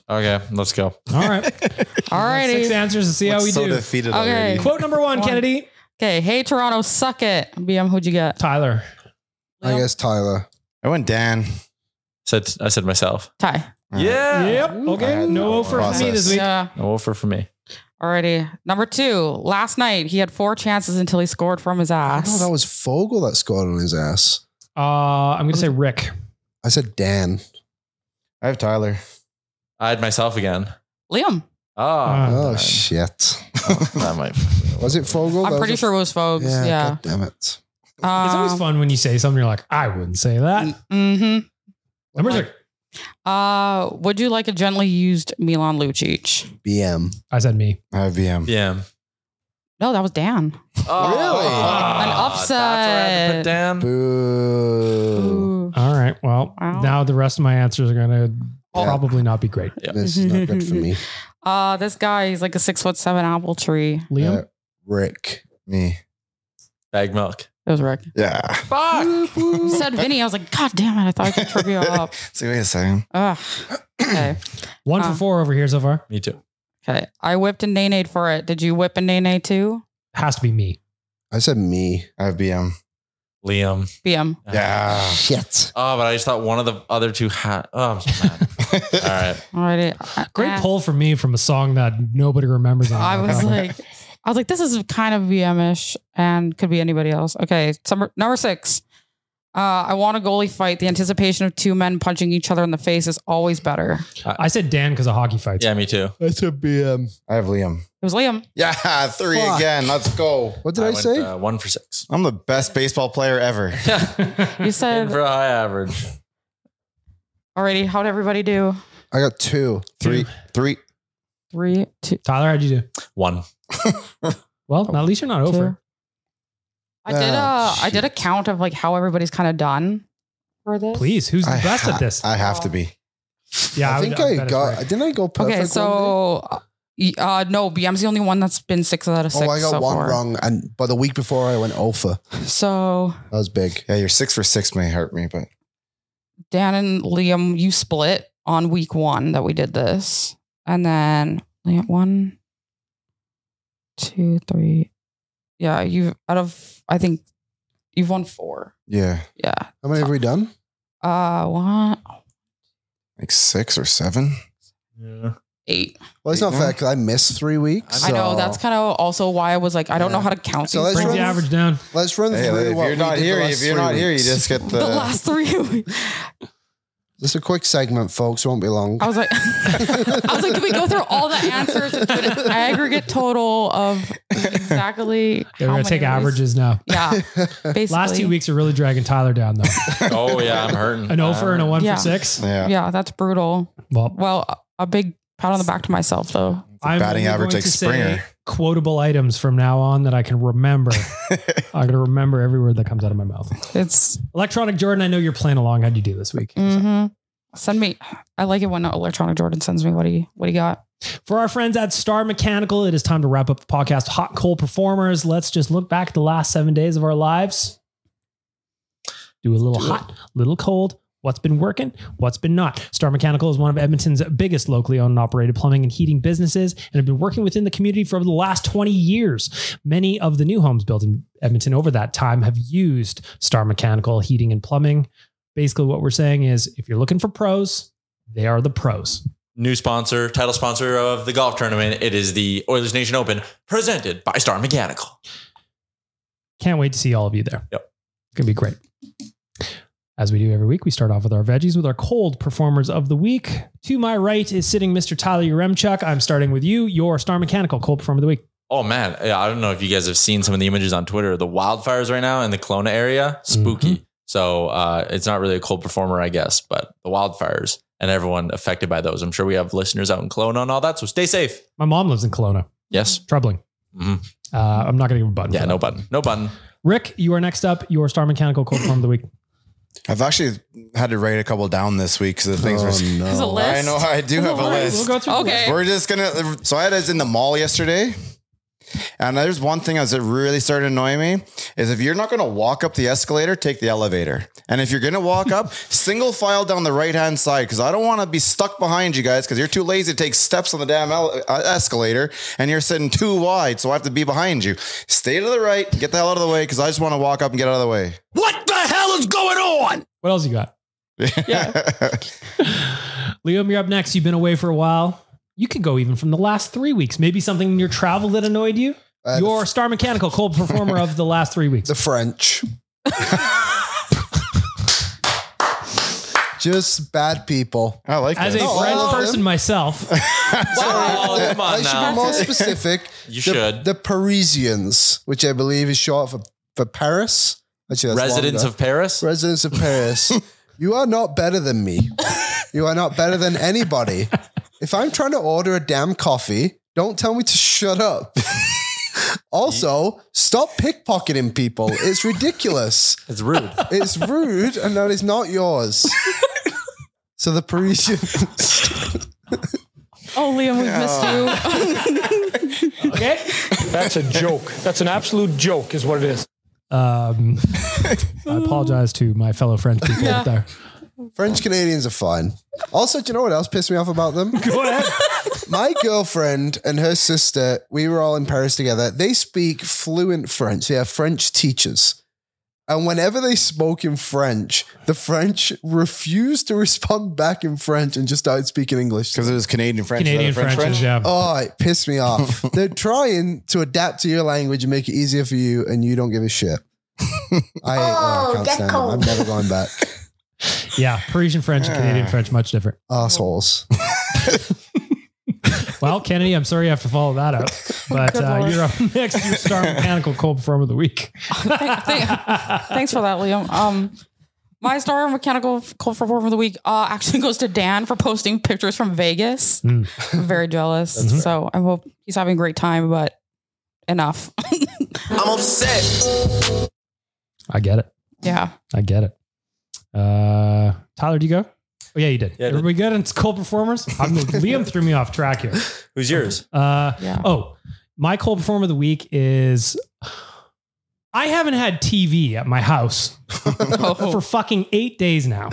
C: Okay, let's go.
B: All right.
F: All
B: Six
F: righty.
B: answers to see how
D: What's
B: we
D: so
B: do.
D: defeated
F: Okay.
D: already.
B: Quote number one,
F: One.
B: Kennedy.
F: Okay. Hey Toronto, suck it. BM, who'd you get?
B: Tyler.
E: I guess Tyler.
D: I went Dan.
C: Said I said myself.
F: Ty.
C: Yeah.
B: Yep. Okay.
D: I had
B: No
D: no
B: over for me
D: process.
B: this week.
F: Yeah.
C: No offer for me.
F: Alrighty. Number two, last night he had four chances until he scored from his
E: No,
F: ass.
E: Oh, that was Fogel that scored on his ass.
B: Uh, I'm gonna say Rick.
E: I said Dan.
D: I have Tyler.
C: I had myself again.
F: Liam.
C: Oh,
E: Oh,
C: man.
E: shit.
C: that might.
E: Was it Fogel?
F: I'm
E: That
F: pretty
E: was
F: sure it was Fogs.
E: a-
F: Yeah.
E: God damn it.
B: it's
F: Um,
B: always fun when you say something. You're like, I wouldn't say that.
F: hmm
B: Number three.
F: Uh, would you like a gently used Milan Lucic?
E: BM.
B: I said me.
D: I have BM.
C: Yeah.
F: No, that was Dan. An
C: Oh, That's what I had to
F: upset.
C: put down.
E: Boo.
F: Ooh.
B: All right. Well,
F: Wow.
B: now the rest of my answers are gonna probably not be great.
C: Yeah.
E: This is not good for
F: (laughs)
E: me.
F: Uh, this guy is like a six foot seven apple tree.
B: Liam.
E: Uh, Rick.
D: Me.
C: Bag milk.
F: That was Rick.
D: Yeah.
C: Fuck.
F: You said Vinny. I was like, God damn it! I thought I
B: (laughs)
F: could trip you
E: (laughs)
F: up.
D: See, wait a second.
F: Ugh. Okay.
B: One
F: Uh.
B: for four over here so far.
C: Me too.
F: Okay. I whipped a nay for it. Did you whip a nay too?
B: Has to be me.
E: I said me.
D: I have BM.
C: Liam.
F: BM.
D: Yeah.
E: Shit.
C: Oh, but I just thought one of the other two had. Oh, I'm so mad. All right.
F: Alrighty.
B: Great
F: Uh,
B: pull from me from a song that nobody
E: (laughs)
B: remembers.
F: I
B: anymore.
F: was like, I was like, this is kind of VMish and could be anybody else. Okay, number number six. Uh, I want a goalie fight. The anticipation of two men punching each other in the face is always better. It
C: Uh,
B: I said Dan because of hockey fights.
C: Yeah, me too.
E: I said BM.
D: I have Liam.
F: was Liam.
D: Yeah. (laughs) Three
E: Fuck.
D: again. Let's go.
E: What did I,
C: went,
E: say?
C: uh, one for six.
D: I'm the best baseball
C: (laughs)
D: player ever.
F: You
E: (laughs)
C: Hitting
F: said
C: for a high average.
F: already. How'd everybody do?
E: I got two.
D: Three. Three.
F: Three, two.
B: Tyler, how'd you do?
E: (laughs)
C: One.
B: Well, at least you're not over.
F: I did.
E: Oh,
F: Uh, I
E: shoot.
F: did a count of like how everybody's kind of done for this.
B: Please, who's the
D: I
B: best
D: ha-
B: at this?
D: I have to be.
B: yeah,
E: I
B: would-
E: think
B: would
E: I,
B: bet it's
E: got.
B: right.
E: Didn't I go perfect?
F: okay,
E: one day?
F: so uh, y- uh, no, BM's the only one that's been six out of six.
E: oh, I got
F: so
E: one
F: far.
E: wrong, and but the week before I went over.
F: So
E: That was big.
D: Yeah, your six for six may hurt me, but
F: Dan and Liam, you split on week one that we did this. And then Liam, one, two, three. Yeah, you've out of I think you've won four.
D: yeah,
F: Yeah.
E: How many have we done?
F: Uh one
D: like six or seven.
C: Yeah.
F: eight.
E: Well, it's not
D: Eight
E: fair
D: now?
E: because I missed three weeks.
F: I know that's kind of also why I was like, I don't know
D: Yeah.
F: how to count
E: So
F: these
E: let's
B: Brings
F: things.
B: the average down.
E: Let's run
D: Hey,
E: through.
D: if
E: what
D: you're
E: we
D: not
E: did the
D: here,
E: last
D: if you're
E: three
D: not here, you
E: weeks.
D: just get
F: the
D: the.
F: last three weeks.
E: This is a quick segment, folks. Won't be long.
F: I was like I was like, do we go through all the answers and do
E: (laughs)
F: an aggregate total of exactly
B: Yeah, we're
F: how
B: gonna
F: many of
B: take
F: these-
B: averages now. (laughs)
E: (laughs)
F: Yeah. Basically.
B: Last two weeks are really dragging Tyler down though.
C: Oh yeah, I'm hurting.
B: An over and a one
F: Yeah.
B: for six.
D: yeah.
F: Yeah, that's brutal.
B: Well,
F: Well, a- a big pat on the back to myself though.
B: I'm
D: batting
B: only
D: average
B: going
D: like
B: to say
D: Springer.
B: Quotable items from now on that I can
D: (laughs)
B: remember. I'm gonna remember every word that comes out of my mouth.
F: It's
B: Electronic Jordan, I know you're playing along. How'd you do this week?
F: mhm. send me. I like it when electronic Jordan sends me what he what he got.
B: For our friends at Star Mechanical, it is time to wrap up the podcast. Hot and cold performers. Let's just look back at the last seven days of our lives. Do a little hot, little cold. What's been working? What's been not? Star Mechanical is one of Edmonton's biggest locally owned and operated plumbing and heating businesses and have been working within the community for over the last 20 years. Many of the new homes built in Edmonton over that time have used Star Mechanical heating and plumbing. Basically, what we're saying is if you're looking for pros, they are the pros.
C: New sponsor, title sponsor of the golf tournament. It is the Oilers Nation Open, presented by Star Mechanical.
B: Can't wait to see all of you there.
C: Yep.
B: It's gonna be great. As we do every week, we start off with our veggies with our cold performers of the week. To my right is sitting Mr. Tyler Uremchuk. I'm starting with you, your star mechanical cold performer of the week.
C: Oh man, Yeah, I don't know if you guys have seen some of the images on Twitter. The wildfires right now in the Kelowna area, spooky.
B: Mm-hmm.
C: So uh, it's not really a cold performer, I guess, but the wildfires and everyone affected by those. I'm sure we have listeners out in Kelowna and all that. So stay safe.
B: My mom lives in Kelowna.
C: Yes.
B: Troubling.
C: Mhm.
B: Uh, I'm not gonna give a button.
C: Yeah.
B: for that.
C: No button. No button.
B: Rick, you are next up. Your star mechanical cold performer of the week.
D: I've actually had to write a couple down this week because the things
E: Oh,
D: were.
E: no.
F: There's a list.
D: I know I do have a
B: All right,
D: list.
B: We'll go through. the
F: Okay.
D: We're just gonna. So I had us in the mall yesterday, and there's one thing that's- that really started annoying me is if you're not gonna walk up the escalator, take the elevator, and if you're gonna walk up, single file down the right hand side because I don't want to be stuck behind you guys because you're too lazy to take steps on the damn ele- uh, escalator and you're sitting too wide, so I have to be behind you. Stay to the right, get the hell out of the way because I just want to walk up and get out of the way.
J: What the hell is going on?
B: What else you got?
D: Yeah.
B: Liam, you're up next. You've been away for a while. You could go even from the last three weeks. Maybe something in your travel that annoyed you. your star mechanical cold
E: (laughs)
B: performer of the last three weeks.
E: Uh, The French. Just bad people. I like
B: As a French
E: (laughs)
B: person myself,
C: Oh, come on
E: I should
C: now.
E: be more specific.
C: (laughs) You
E: the,
C: should.
E: The Parisians, which I believe is short for, for Paris. Actually, that's
C: Residents
E: longer.
C: of Paris?
E: Residents of
C: (laughs)
E: Paris. you are not better than me. You are not better than anybody. if I'm trying to order a damn coffee, don't tell me to shut up. (laughs) also, stop pickpocketing people. It's ridiculous.
C: (laughs) It's rude.
E: It's rude, and that is not
C: (laughs)
E: yours. so the Parisian.
F: Oh, Liam, we've missed you. (laughs)
B: okay.
I: That's a joke. That's an absolute joke, is what it is.
B: um, I apologize to my fellow French people
E: Yeah.
B: out there.
E: French Canadians are fine. Also, do you know what else pissed me off about
B: (laughs)
E: them? Go ahead. My girlfriend and her sister, we were all in Paris together. They speak fluent French. They have French teachers. And whenever they spoke in French, the French refused to respond back in French and just started speaking English. Because
D: it was Canadian French.
B: Canadian
D: Is that a
B: French, yeah.
E: Oh, it pissed me
D: (laughs)
E: off. They're trying to adapt to your language and make it easier for you, and you don't give a shit.
D: uh,
E: I, oh, I can't stand them. I'm never going back.
B: Yeah, Parisian French and
D: Ah.
B: Canadian French, much different.
E: Assholes.
B: well, Kennedy, I'm sorry you have to follow that up, but
F: Good
B: uh,
F: Lord.
B: you're up (laughs) next. Your star mechanical cold performer of the week.
F: Thank- thank- thanks for that, Liam. Um, my star mechanical cold performer of the week uh, actually goes to Dan for posting pictures from Vegas.
B: Hmm.
F: I'm very jealous. so I hope he's having a great time, but (laughs) enough. Oh.
C: I'm upset.
B: I get it.
F: Yeah.
B: I get it. Uh, Tyler, do you go? Oh yeah, you did.
C: Yeah, I did.
B: Everybody good on cold performers? I'm, Liam threw me off track here.
C: (laughs) Who's yours?
B: Uh,
F: Yeah.
B: Oh, my cold performer of the week is I haven't had TV at my house for fucking eight days now.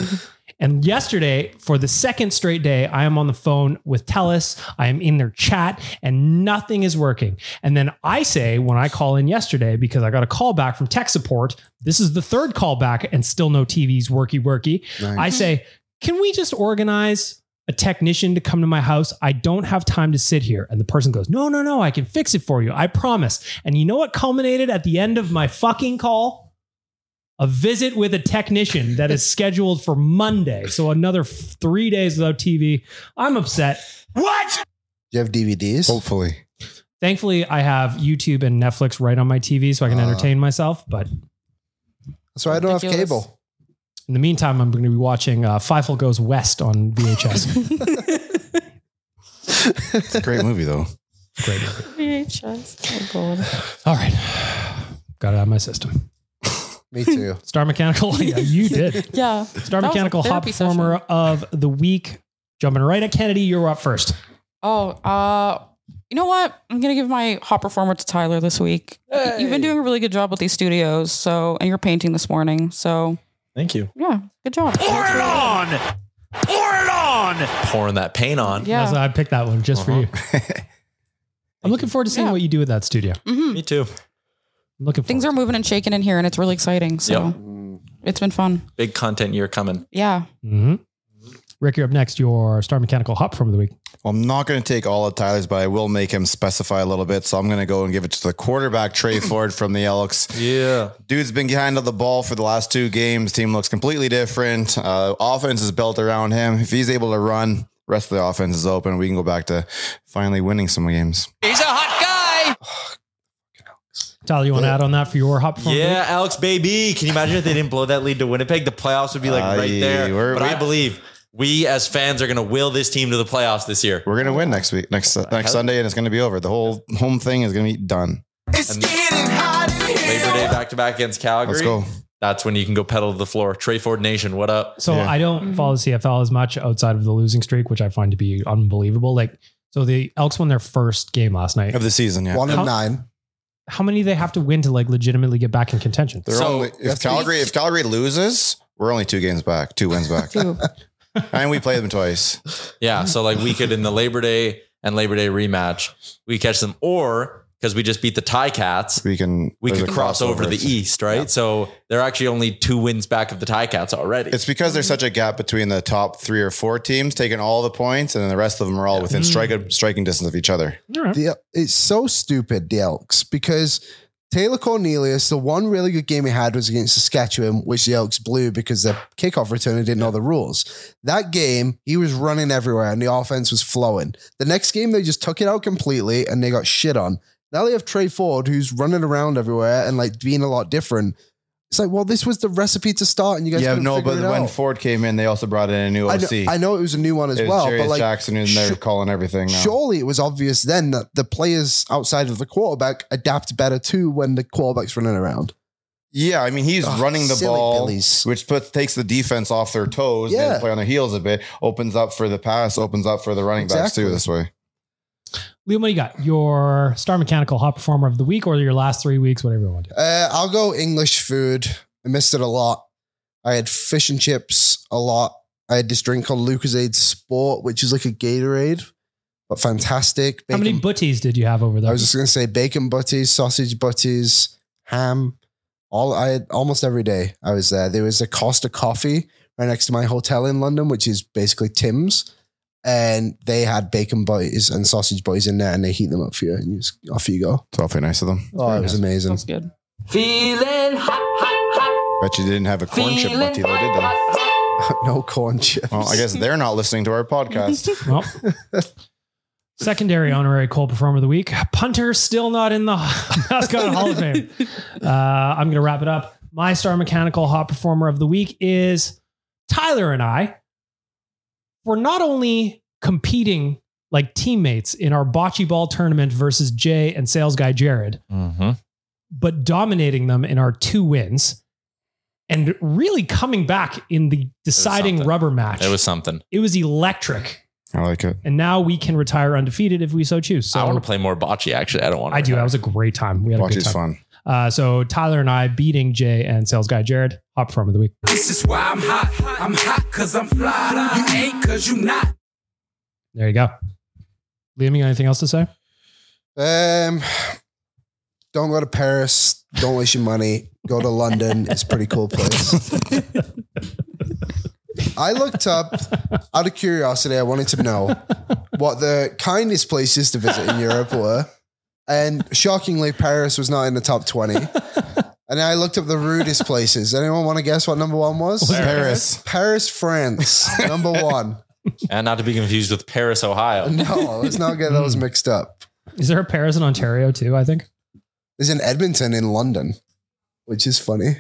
B: And yesterday, for the second straight day, I am on the phone with Telus. I am in their chat and nothing is working. And then I say, when I call in yesterday, because I got a call back from tech support, this is the third call back and still no TV's worky worky.
E: Nice.
B: I say, can we just organize a technician to come to my house? I don't have time to sit here. And the person goes, no, no, no, I can fix it for you. I promise. And you know what culminated at the end of my fucking call? a visit with a technician that is scheduled for Monday. So another f- three days without TV. I'm upset. What?
E: Do you have DVDs?
D: Hopefully.
B: Thankfully, I have YouTube and Netflix right on my TV, so I can
E: Ah.
B: entertain myself. But
E: That's why I don't have
F: Ridiculous.
E: cable.
B: in the meantime, I'm going to be watching uh, Feifel Goes West on VHS.
D: It's a (laughs) great movie though.
B: Great. movie.
F: VHS. Oh, God.
B: All right, got it out of my system.
E: (laughs) Me too.
B: Star Mechanical.
F: (laughs)
B: yeah, you did.
F: Yeah.
B: Star
F: That was a
B: Mechanical Hop
F: therapy session.
B: Performer of the Week. Jumping right at Kennedy, you're up first.
F: Oh, uh, you know what? I'm gonna give my hot performer to Tyler this week. You've been doing a really good job with these studios, so and you're painting this morning, so
C: Thank you.
F: yeah, good job.
I: on! Pour it on!
C: Pouring that paint on.
F: Yeah.
B: That's- I picked that one just for
E: Uh-huh. (laughs)
B: you. I'm looking forward to seeing
F: Yeah.
B: what you do with that studio.
F: Mhm.
C: Me too.
B: I'm looking
F: Things
B: forward.
F: are moving and shaking in here, and it's really exciting. So it's been fun.
C: Big content year coming.
F: Yeah.
B: hmm Rick, you're up next. Your star mechanical hop from the week.
D: Well, I'm not going to take all of Tyler's, but I will make him specify a little bit. So I'm going to go and give it to the quarterback, Trey Ford from the Elks.
C: Yeah.
D: Dude's been behind on the ball for the last two games. Team looks completely different. Uh, offense is built around him. If he's able to run, rest of the offense is open. We can go back to finally winning some games.
C: He's a
E: (sighs)
C: hot guy.
B: Tyler, you want to add on that for your hop from
C: Yeah, Alex, baby. Can you imagine if they didn't blow that lead to Winnipeg? The playoffs would be like
D: Aye,
C: right there.
D: we're-
C: But I
D: we-
C: believe we as fans are going to will this team to the playoffs this year.
D: We're going to win next week, next next Sunday, and it's going to be over. The whole home thing is going to be done.
C: It's getting hot Labor Day back to back against Calgary.
D: Let's go.
C: That's when you can go pedal to the floor. Trey Ford Nation, what up?
B: So
D: Yeah.
B: I don't
E: Mm-hmm.
B: follow the CFL as much outside of the losing streak, which I find to be unbelievable. Like, so the Elks won their first game last night.
D: Of the season, yeah.
E: One
B: How-
E: and nine.
B: How many do they have to win to like legitimately get back in contention?
D: They're
C: So-
D: only, if Calgary if Calgary loses, we're only two games back, two wins back,
F: Dude.
D: (laughs) and we play them twice. (laughs)
C: Yeah. So like we could in the Labor Day and Labor Day rematch, we catch them or because we just beat the Tie Cats.
D: We can
C: we
D: there's
C: could
D: a
C: cross over the
D: it's-
C: East, right? So they're actually only two wins back of the Tie Cats already.
D: It's because there's such a gap between the top three or four teams taking all the points, and then the rest of them are all within strike, striking distance of each other.
E: The, it's so stupid, the Elks, because Taylor Cornelius, the one really good game he had was against Saskatchewan, which the Elks blew because the kickoff returner didn't know the rules. That game, he was running everywhere and the offense was flowing. The next game, they just took it out completely and they got shit on. Now they have Trey Ford, who's running around everywhere and like being a lot different. It's like, well, this was the recipe to start, and you guys.
D: yeah,
E: couldn't
D: no,
E: figure
D: but
E: it
D: when
E: out.
D: Ford came in, they also brought in a new
E: I
D: OC.
E: know, I know it was a new one as
D: It was
E: well,
D: Jarius
E: but like
D: Jackson, and they're
E: sure-
D: calling everything now.
E: Surely it was obvious then that the players outside of the quarterback adapt better too when the quarterback's running around.
D: Yeah, I mean he's
E: Ugh,
D: running the
E: silly
D: ball,
E: Billies.
D: which puts takes the defense off their toes. They
E: Yeah.
D: play on their heels a bit, opens up for the pass, opens up for the running backs too.
E: Exactly.
D: This way,
B: Liam, what do you got? Your star mechanical hot performer of the week or your last three weeks, whatever you want to do.
E: Uh, I'll go English food. I missed it a lot. I had fish and chips a lot. I had this drink called Lucasade Sport, which is like a Gatorade, but fantastic.
B: How many
E: Bacon-
B: butties did you have over there?
E: I was just gonna say bacon butties, sausage butties, ham. All I had almost every day I was there. There was a Costa Coffee right next to my hotel in London, which is basically Tim's, and they had bacon butties and sausage butties in there, and they heat them up for you, and you just, off you go.
D: it's awfully nice of them.
E: Oh, it was amazing.
F: That's good.
K: Feeling hot,
D: Bet you didn't have a corn chip
K: Feeling
D: Monty, though, did they? (laughs)
E: no corn chips.
D: Well, I guess they're not listening to
C: (laughs)
D: our podcast.
B: Well, secondary honorary cold performer of the week. Punter still not in the (laughs) mascot hall of fame. Uh, I'm going to wrap it up. My star mechanical hot performer of the week is Tyler and I. We're not only competing like teammates in our bocce ball tournament versus Jay and sales guy Jared,
C: Mm.
B: but dominating them in our two wins and really coming back in the deciding
C: something.
B: rubber match.
C: It was something.
B: It was electric.
D: I like it.
B: And now we can retire undefeated if we so choose. So
C: I want to play more bocce. Actually, I don't want. to
B: I do. That was a great time. We had a good
D: Bocce's
B: time.
D: fun.
B: Uh, so Tyler and I beating Jay and sales guy Jared. Hop performer of the week.
K: This is why I'm hot. I'm hot cause I'm fly. You ain't cause you not.
B: There you go. Liam, you got anything else to say?
E: Um, don't go to Paris. Don't waste your money. Go to London. It's a pretty cool place. I looked up out of curiosity. I wanted to know what the kindest places to visit in Europe were, and shockingly, Paris was not in the top twenty. And I looked up the rudest places. Anyone want to guess what number one was?
D: Was it Paris?
E: Paris, France, number one.
C: and not to be confused with Paris, Ohio.
E: No, let's not get those mixed up.
B: Is there a Paris in Ontario too? I think.
E: There's an Edmonton in London, which is funny.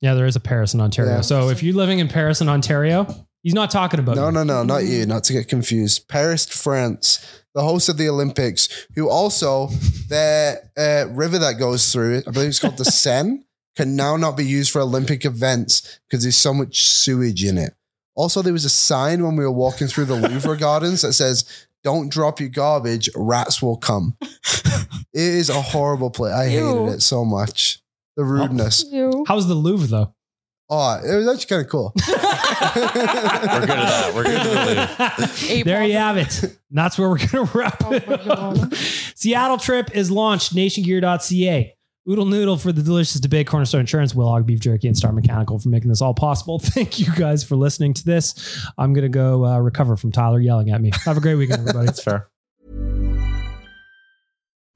B: Yeah, there is a Paris in Ontario.
E: Yeah.
B: So if you're living in Paris in Ontario, he's not talking about
E: No,
B: you.
E: no, no, not you. Not to get confused. Paris, France, the host of the Olympics, who also their uh, river that goes through, I believe it's
B: (laughs)
E: called the Seine, can now not be used for Olympic events because there's so much sewage in it. Also, there was a sign when we were walking through the
B: (laughs)
E: Louvre Gardens that says, "Don't drop your garbage. Rats will
B: (laughs)
E: come." it is a horrible place. I
F: Ew.
E: hated it so much. The rudeness.
F: You.
B: How's the Louvre though?
E: Oh, it was actually kind of cool.
C: We're good at that. We're good at the Louvre.
B: there you have it. And that's where we're going to (laughs) wrap it up. Seattle trip is launched. Nationgear.ca. Oodle Noodle for the delicious debate, Cornerstone Insurance, Willog Beef Jerky, and Star Mechanical for making this all possible. (laughs) Thank you guys for listening to this. I'm going to go uh, recover from Tyler yelling at me. Have a great weekend, everybody. It's fair.